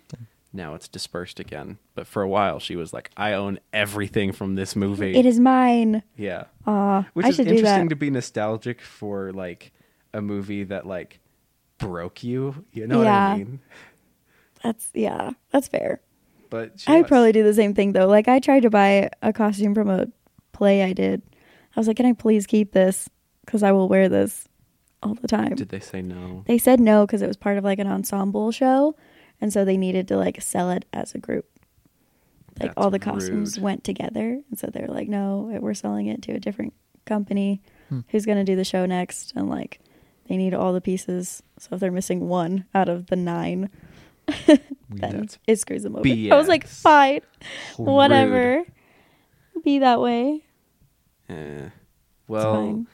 now it's dispersed again. But for a while, she was like, "I own everything from this movie."
It is mine.
yeah,
Aw,
which
I
is
should do
interesting
that.
to be nostalgic for like a movie that like broke you. You know what
Yeah.
I mean?
That's yeah. That's fair.
But she
I would
was-
probably do the same thing though. Like I tried to buy a costume from a play I did. I was like, "Can I please keep this? Because I will wear this all the time."
did. They say no.
they said no because it was part of like an ensemble show, and so they needed to like sell it as a group. Like
That's
all the costumes
rude.
went together, and so they're like, "No, we're selling it to a different company.
Hmm.
Who's gonna do the show next?" And like, they need all the pieces. So if they're missing one out of the nine, then
That's
it screws them over. I was like,
BS.
"Fine."
rude.
whatever. Be that way.
Eh.
It's
Well,
fine.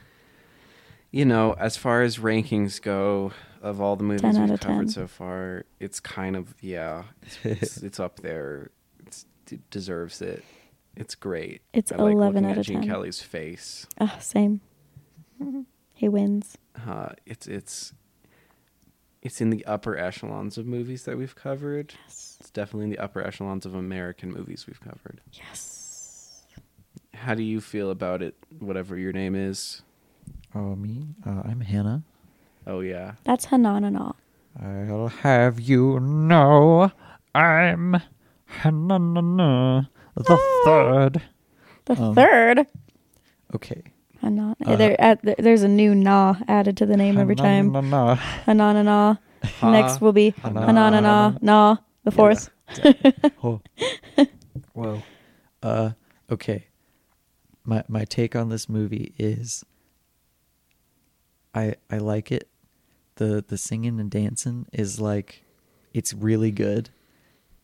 you know, as far as rankings go of all the movies
10 out
we've
of 10.
covered so far, it's kind of yeah, it's, it's up there. It's, it deserves it. It's great.
It's
I like
11
looking
out
at
of
Gene
10.
Kelly's face.
Ah, same. He wins.
Uh, it's it's it's in the upper echelons of movies that we've covered.
Yes.
It's definitely in the upper echelons of American movies we've covered.
Yes.
How do you feel about it? Whatever your name is.
Oh, me? Uh, I'm Hannah.
Oh yeah.
That's Hananana.
I'll have you know I'm Hannah the
Ah.
third.
The third.
Okay.
Hanan. there, at, th- there's a new na added to the name every time.
Hannah.
Hananana.
Ha-
Next will be
Hana-
Hananana. Na. The fourth.
Oh. Whoa. Uh, okay. My my take on this movie is I I like it. The the singing and dancing is like it's really good,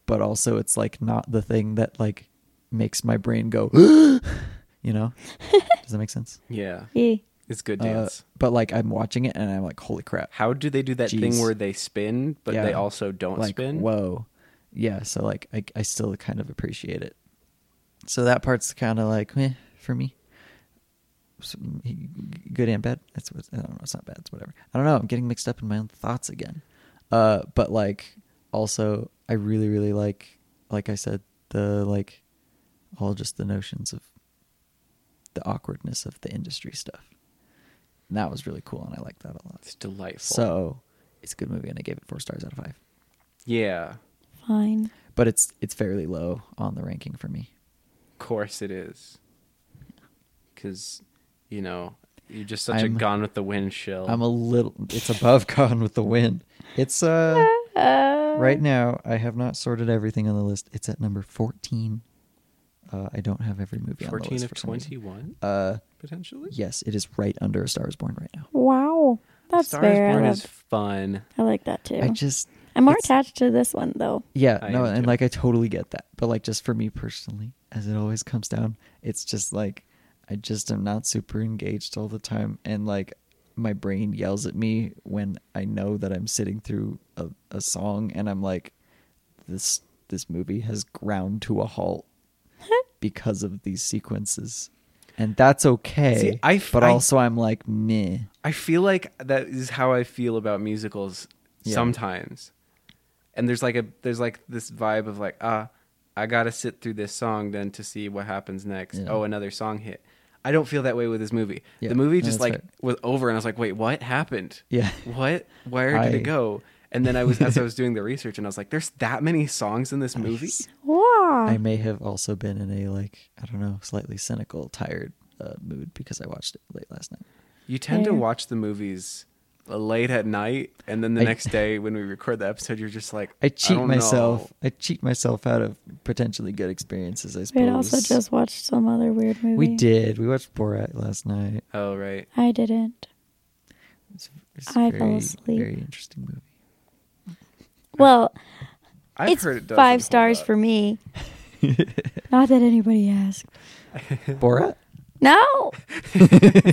but also it's like not the thing that like makes my brain go you know? Does that make sense?
Yeah.
Yay.
It's good
Uh,
dance.
but like I'm watching it and I'm like, holy crap.
How do they do that thing
Jeez.
where they spin but
Yeah.
they also don't
like
spin?
whoa yeah so like I, I still kind of appreciate it so that part's kind of like meh for me So, g- good and bad that's what i don't know it's not bad it's whatever i don't know i'm getting mixed up in my own thoughts again uh but like also i really really like like i said the like all just the notions of the awkwardness of the industry stuff and that was really cool and i like that a lot
It's delightful.
so it's a good movie and i gave it four stars out of five
yeah.
Fine.
but it's it's fairly low on the ranking for me.
course it is. Because, you know, you're just such
I'm-
a gone with the wind shill.
I'm a little. It's above Gone with the Wind. It's uh right now. I have not sorted everything on the list. It's at number fourteen. Uh, I don't have every movie. on the
14
list
of
for some reason.
21,
Uh,
potentially?
yes, it is right under A Star Is Born right now.
Wow. That's
Star
fair.
is
I,
Born
love,
is fun.
I like that too.
I just
I'm more
it's-
attached to this one though.
yeah
I
no,
am
and
too.
like I totally get that, but like just for me personally, as it always comes down, it's just like I just am not super engaged all the time, and like my brain yells at me when I know that I'm sitting through a, a song, and I'm like, this this movie has ground to a halt because of these sequences. And that's okay.
See, I f-
but
I-
also I'm like, meh.
I feel like that is how I feel about musicals
Yeah.
sometimes. And there's like a there's like this vibe of like ah I got to sit through this song then to see what happens next.
Yeah.
Oh, another song hit. I don't feel that way with this movie.
Yeah,
the movie
no,
just
that's
like
right.
was over and I was like, "Wait, what happened?
Yeah.
What? Where did
I-
it go?" And then I was as I was doing the research and I was like, "There's that many songs in this movie?"
Wow.
I may have also been in a like I don't know, slightly cynical, tired uh, mood because I watched it late last night.
You tend to
Yeah.
watch the movies uh, late at night and then the
I-
next day when we record the episode you're just like
I cheat
don't know."
myself. I cheat myself out of potentially good experiences. I
we
suppose.
had also just watched some other weird movie.
we did. We watched Borat last night.
Oh right.
I didn't.
It's, it's
I
a
fell
very,
asleep.
Very interesting movie.
Well,
I've
it's
heard it doesn't
five
hold
stars
up.
for me. Not that anybody asked.
Borat.
No,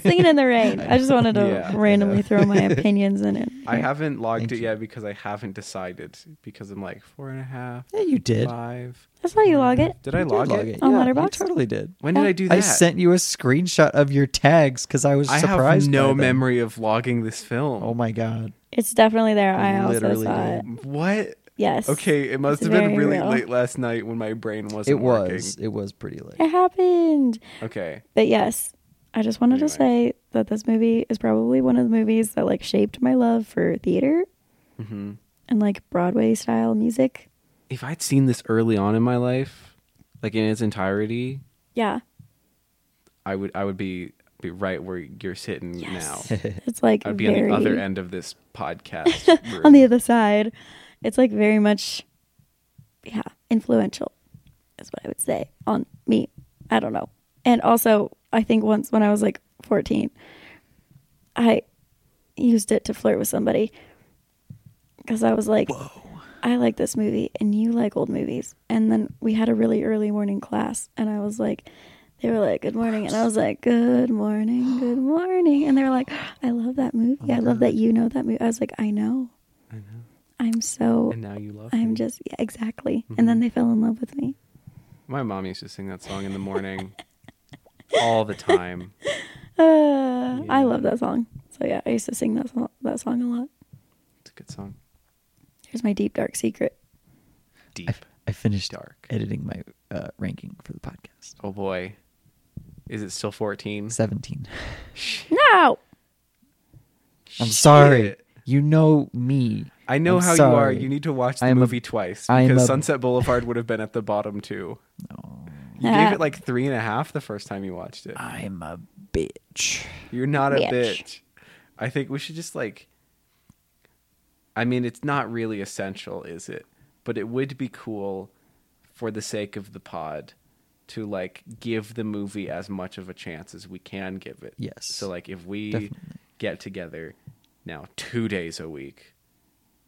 singing in the rain. I just wanted to
Yeah, I
randomly throw my opinions in it.
I haven't logged
Thank
it
you.
yet because I haven't decided because I'm like four and a half,
Yeah, you did.
five.
That's how you log it.
Did I
You
log,
did
it?
On
yeah,
Letterboxd?
You totally did.
When did
Yeah.
I do that?
I sent you a screenshot of your tags because I was
I
surprised.
have
by
no
them.
memory of logging this film.
Oh my god.
It's definitely there. I also
Literally
saw it.
did.
What?
Yes.
Okay, it must
It's
have
very
been really
real.
late last night when my brain wasn't
It was.
working.
It was pretty late.
It happened.
Okay.
But yes, I just wanted to
Anyway.
say that this movie is probably one of the movies that like shaped my love for theater
hmm
and like Broadway style music.
If I'd seen this early on in my life, like in its entirety,
Yeah.
I would I would be be right where you're sitting now.
It's like
I'd be
very
on the other end of this podcast. room.
on the other side. It's like very much yeah, influential is what I would say on me. I don't know. And also I think once when I was like fourteen, I used it to flirt with somebody. Cause I was like I like this movie and you like old movies. And then we had a really early morning class and I was like, they were like, good morning. And I was like, good morning, good morning. And they were like, I love that movie. I love that you know that movie. I was like, I know.
I know.
I'm so,
And now you love
I'm
me.
just, yeah, exactly. And then they fell in love with me.
My mom used to sing that song in the morning all the time.
Uh, I
Yeah.
Ah, love that song. So yeah, I used to sing that song, that song a lot.
It's a good song.
Here's my deep dark secret.
I,
Deep.
f- I finished
Dark.
editing my uh, ranking for the podcast.
oh boy. Is it still 14?
17.
No.
I'm sorry.
Shit.
You know me.
I know
I'm
how you are.
sorry.
You need to watch the
I am a-
movie twice
I am
because
a-
Sunset Boulevard would have been at the bottom too.
No.
You
Ah.
gave it like three and a half the first time you watched it.
I'm a bitch.
You're not a
Bitch.
bitch. I think we should just like. I mean, it's not really essential, is it? But it would be cool for the sake of the pod to like give the movie as much of a chance as we can give it.
Yes.
So, like, if we
Definitely.
get together now two days a week,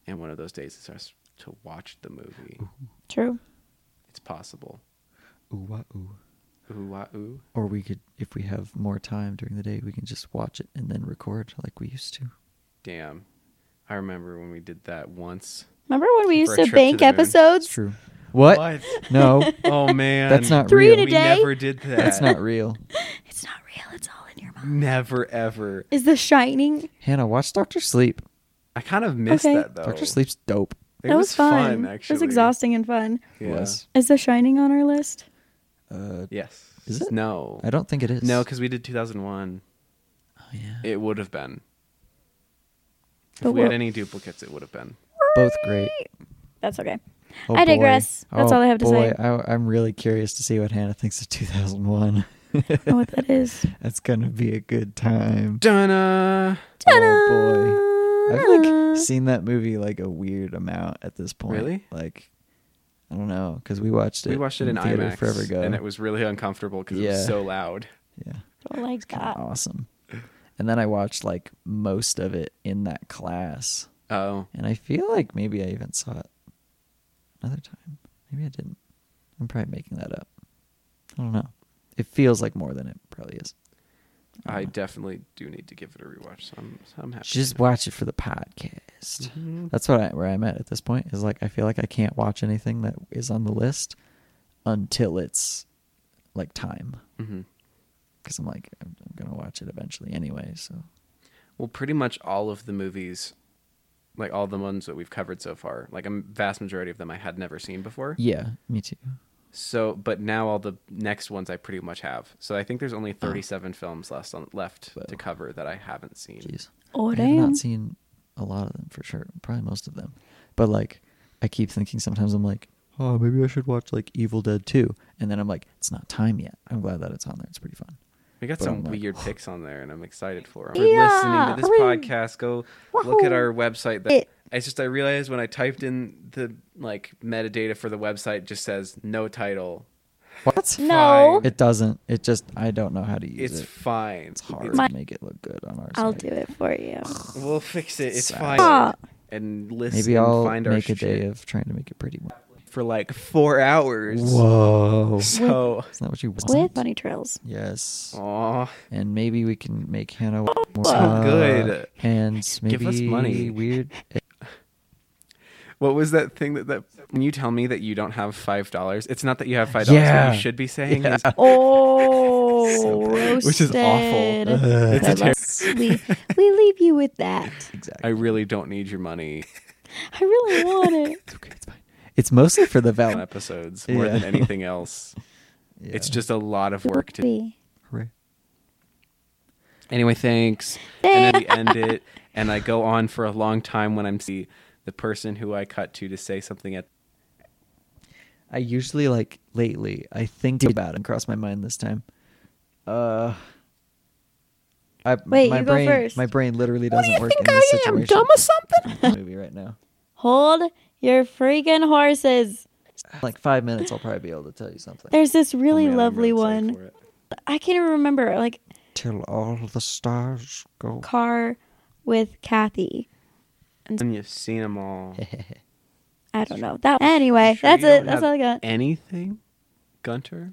and one of those days is us to watch the movie,
True.
it's possible.
Ooh, wah, ooh.
Ooh, wah, ooh.
Or we could, if we have more time during the day, we can just watch it and then record like we used to.
Damn. I remember when we did that once.
Remember when we used
For a
to
trip to
bank
the moon.
It's
episodes?
true. What? No,
Oh man,
That's not
Three
real.
in a
We
day?
never did that.
that's not real.
It's not real. It's all in your mind.
Never ever.
Is The Shining?
Hannah, watch Doctor Sleep.
I kind of missed
Okay.
that though.
Doctor Sleep's dope.
It
that was, fun.
Actually,
It was exhausting and fun.
Yeah.
Was.
Is The Shining on our list?
Uh,
Yes.
Is it?
No.
I don't think it is.
No, because we did 2001.
Oh, yeah.
It would have been. If
But
we had
what-
any duplicates, it would have been.
both great.
That's okay.
Oh,
I
boy.
digress. That's
Oh,
all I have to
boy.
say.
I, I'm really curious to see what Hannah thinks of 2001.
I know what that is.
That's gonna be a good time.
Dunna.
Oh boy, I've like seen that movie like a weird amount at this point.
Really?
Like, I don't know, because we watched it.
We watched it in
theater
IMAX
forever ago,
and it was really uncomfortable because it
Yeah.
was so loud.
yeah,
Don't like
kind
that.
of awesome. And then I watched like most of it in that class,
Oh,
and I feel like maybe I even saw it another time. Maybe I didn't. I'm probably making that up. I don't know. It feels like more than it probably is.
I definitely do need to give it a rewatch. So I'm, so I'm happy.
Just watch it for the podcast.
Mm-hmm.
That's what I, where I'm at at this point is like I feel like I can't watch anything that is on the list until it's like time
hmm
because I'm like I'm, I'm gonna watch it eventually anyway. So
Well, pretty much all of the movies, like all the ones that we've covered so far, like a m- vast majority of them I had never seen before.
yeah, me too.
So, but now all the next ones I pretty much have. So I think there's only
Uh-huh.
37 films left on, left to
Whoa.
cover that I haven't seen.
Jeez,
Oh,
I have
damn.
not seen a lot of them for sure. Probably most of them, but like I keep thinking sometimes I'm like oh maybe I should watch like Evil Dead 2 and then I'm like it's not time yet. I'm glad that it's on there. It's pretty fun.
We got
But
some
I'm like, oh.
weird picks on there, and I'm excited for them. We're
Yeah!
listening to this
Hooray!
podcast. Go look at
Wahoo!
our website. That
It-
it's just I realized when I typed in the like metadata for the website, it just says no title.
What?
No.
Fine.
It doesn't. It just I don't know how to use
It's
it.
fine.
It's hard
My-
to make it look good on our
I'll
side.
do it for you.
We'll fix it. It's
Sad.
fine.
Ah.
And listen.
Maybe I'll
find our
make a day
shit
of trying to make it pretty. one.
for like four hours.
Whoa! Isn't
So,
that what you want?
With bunny trails.
Yes.
aw,
And maybe we can make Hannah w- more
So
uh,
good.
And maybe
Give us money.
Weird.
what was that thing that that when you tell me that you don't have five dollars? It's not that you have five dollars.
Yeah.
What you should be saying is
Oh,
bad. Which is awful.
roasted.
It's
I must- we, we leave you with that.
I
Exactly.
really don't need your money.
I really want it.
It's okay. It's fine. It's mostly for the
on
value.
episodes more
Yeah.
than anything else. It's just a lot of work to.
Be.
Hooray.
Anyway, thanks. And then we end it, and I go on for a long time when I'm see the person who I cut to to say something at.
I usually like lately. I think about it and cross my mind this time. Uh. I,
Wait,
my
you go
brain,
first.
My brain literally
What do
doesn't
you
work
think
in
I
this
am?
situation.
Dumb or something?
movie right now.
Hold your freaking horses.
Like five minutes, I'll probably be able to tell you something.
There's this really
Oh, man, I'm
lovely
really
one.
excited for it.
I can't even remember. Like
Till all the stars go.
car with Kathy.
And you've seen them all.
I don't know that. Anyway,
Sure
that's
you don't
it. That's
have
all I got.
Anything, Gunter?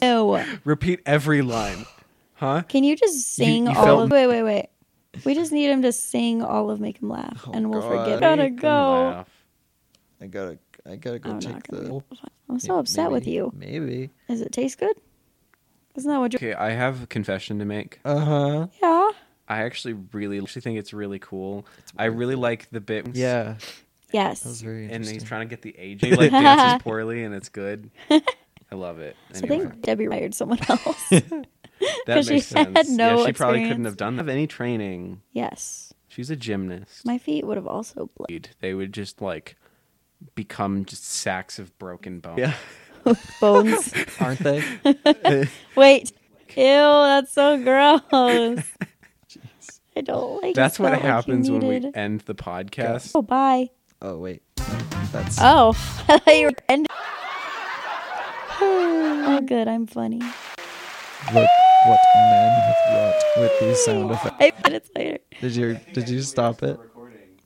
No.
Uh, Repeat every line, huh?
Can you just sing
you
all
felt-
of? Wait, wait, wait. We just need him to sing all of "Make Him Laugh,"
Oh,
and we'll forget. Gotta
Make 'em
go.
laugh.
I gotta, I gotta go
I'm not
check
gonna.
the.
Be able to find- I'm so upset with
maybe-
you.
Maybe.
Does it taste good? Isn't that what you?
Okay, I have a confession to make.
Uh huh.
Yeah.
I actually really actually think it's really cool. I really like the bit.
Yeah. That was
Yes.
very
and
interesting.
he's trying to get the age. He like dances poorly, and it's good. I love it.
So I
Anyway,
think Debbie hired someone else.
that
'cause she
makes sense.
had no
yeah, she probably
experience.
couldn't have done that. Have any training?
yes.
She's a gymnast.
My feet would have also bled.
Dude, They would just like become just sacks of broken bone.
yeah.
Bones.
Aren't they?
Wait. Ew, that's so gross. I don't like
That's
it.
what
Felt like you
happens when we
needed-
end the podcast.
Oh, bye.
Oh wait. That's
Oh, I thought you were end- oh, good. I'm funny.
what what man hath wrought with these sound effects.
Eight minutes later.
Did you did you stop it?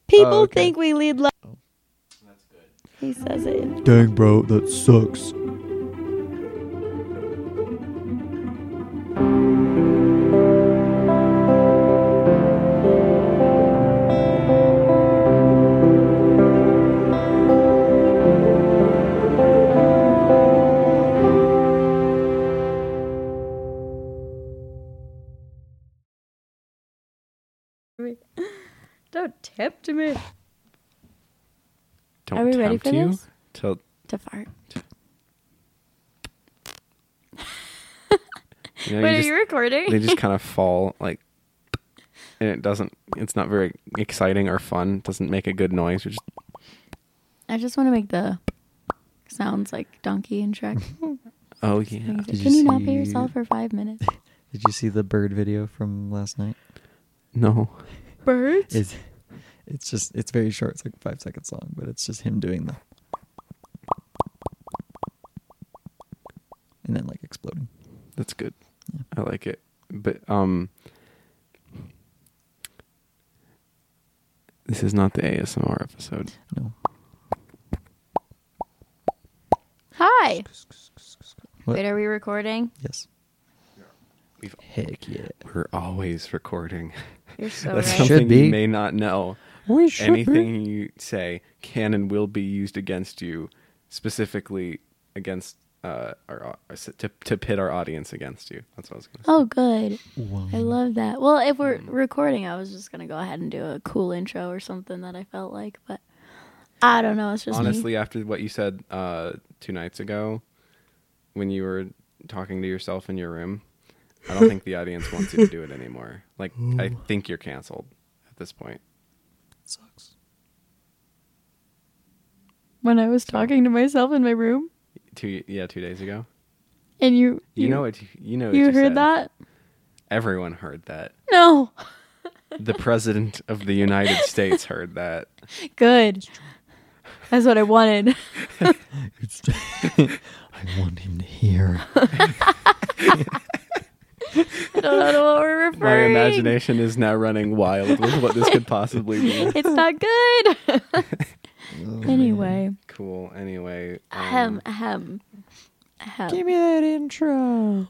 People
okay.
think we lead love. He says it. in-
Dang bro, that sucks.
Don't tempt me
Don't
Are we ready
tempt
for
you
this?
to
to fart.
you know, you
Wait,
just-
are you recording?
they just kind of fall like and it doesn't it's not very exciting or fun. It doesn't make a good noise. You're just
I just want to make the sounds like donkey and Shrek.
oh yeah.
Like,
Did you
Can you not be
see-
yourself for five minutes?
Did you see the bird video from last night?
No.
Birds?
It's it's just it's very short, it's like five seconds long, but it's just him doing the and then like exploding.
That's good. I like it. But um This is not the ASMR episode.
No.
Hi.
What?
Wait, are we recording?
Yes.
We've-
Heck yeah.
We're always recording.
You're so
That's
right.
Should
something
be.
you may not know.
We should
Anything you say can and will be used against you, specifically against uh, our au- to to pit our audience against you. That's what I was going to say.
Oh, good.
Wow.
I love that. Well, if we're
Mm.
recording, I was just gonna go ahead and do a cool intro or something that I felt like, but I don't know. It's just me.
Honestly, after what you said uh, two nights ago, when you were talking to yourself in your room, I don't think the audience wants you to do it anymore. Like, I think you're canceled at this point.
sucks.
When I was talking to myself in my room,
Two yeah, two days ago.
and you,
You, know what you, you know. What
you, heard
said.
that?
Everyone heard that.
No,
The president of the United States heard that.
good. That's what I wanted.
It's I want him to hear.
I don't know to what we're
My
referring.
imagination is now running wild with what this could possibly be.
It's not good. anyway,
Cool. Anyway, um,
ahem, ahem, ahem.
me that intro.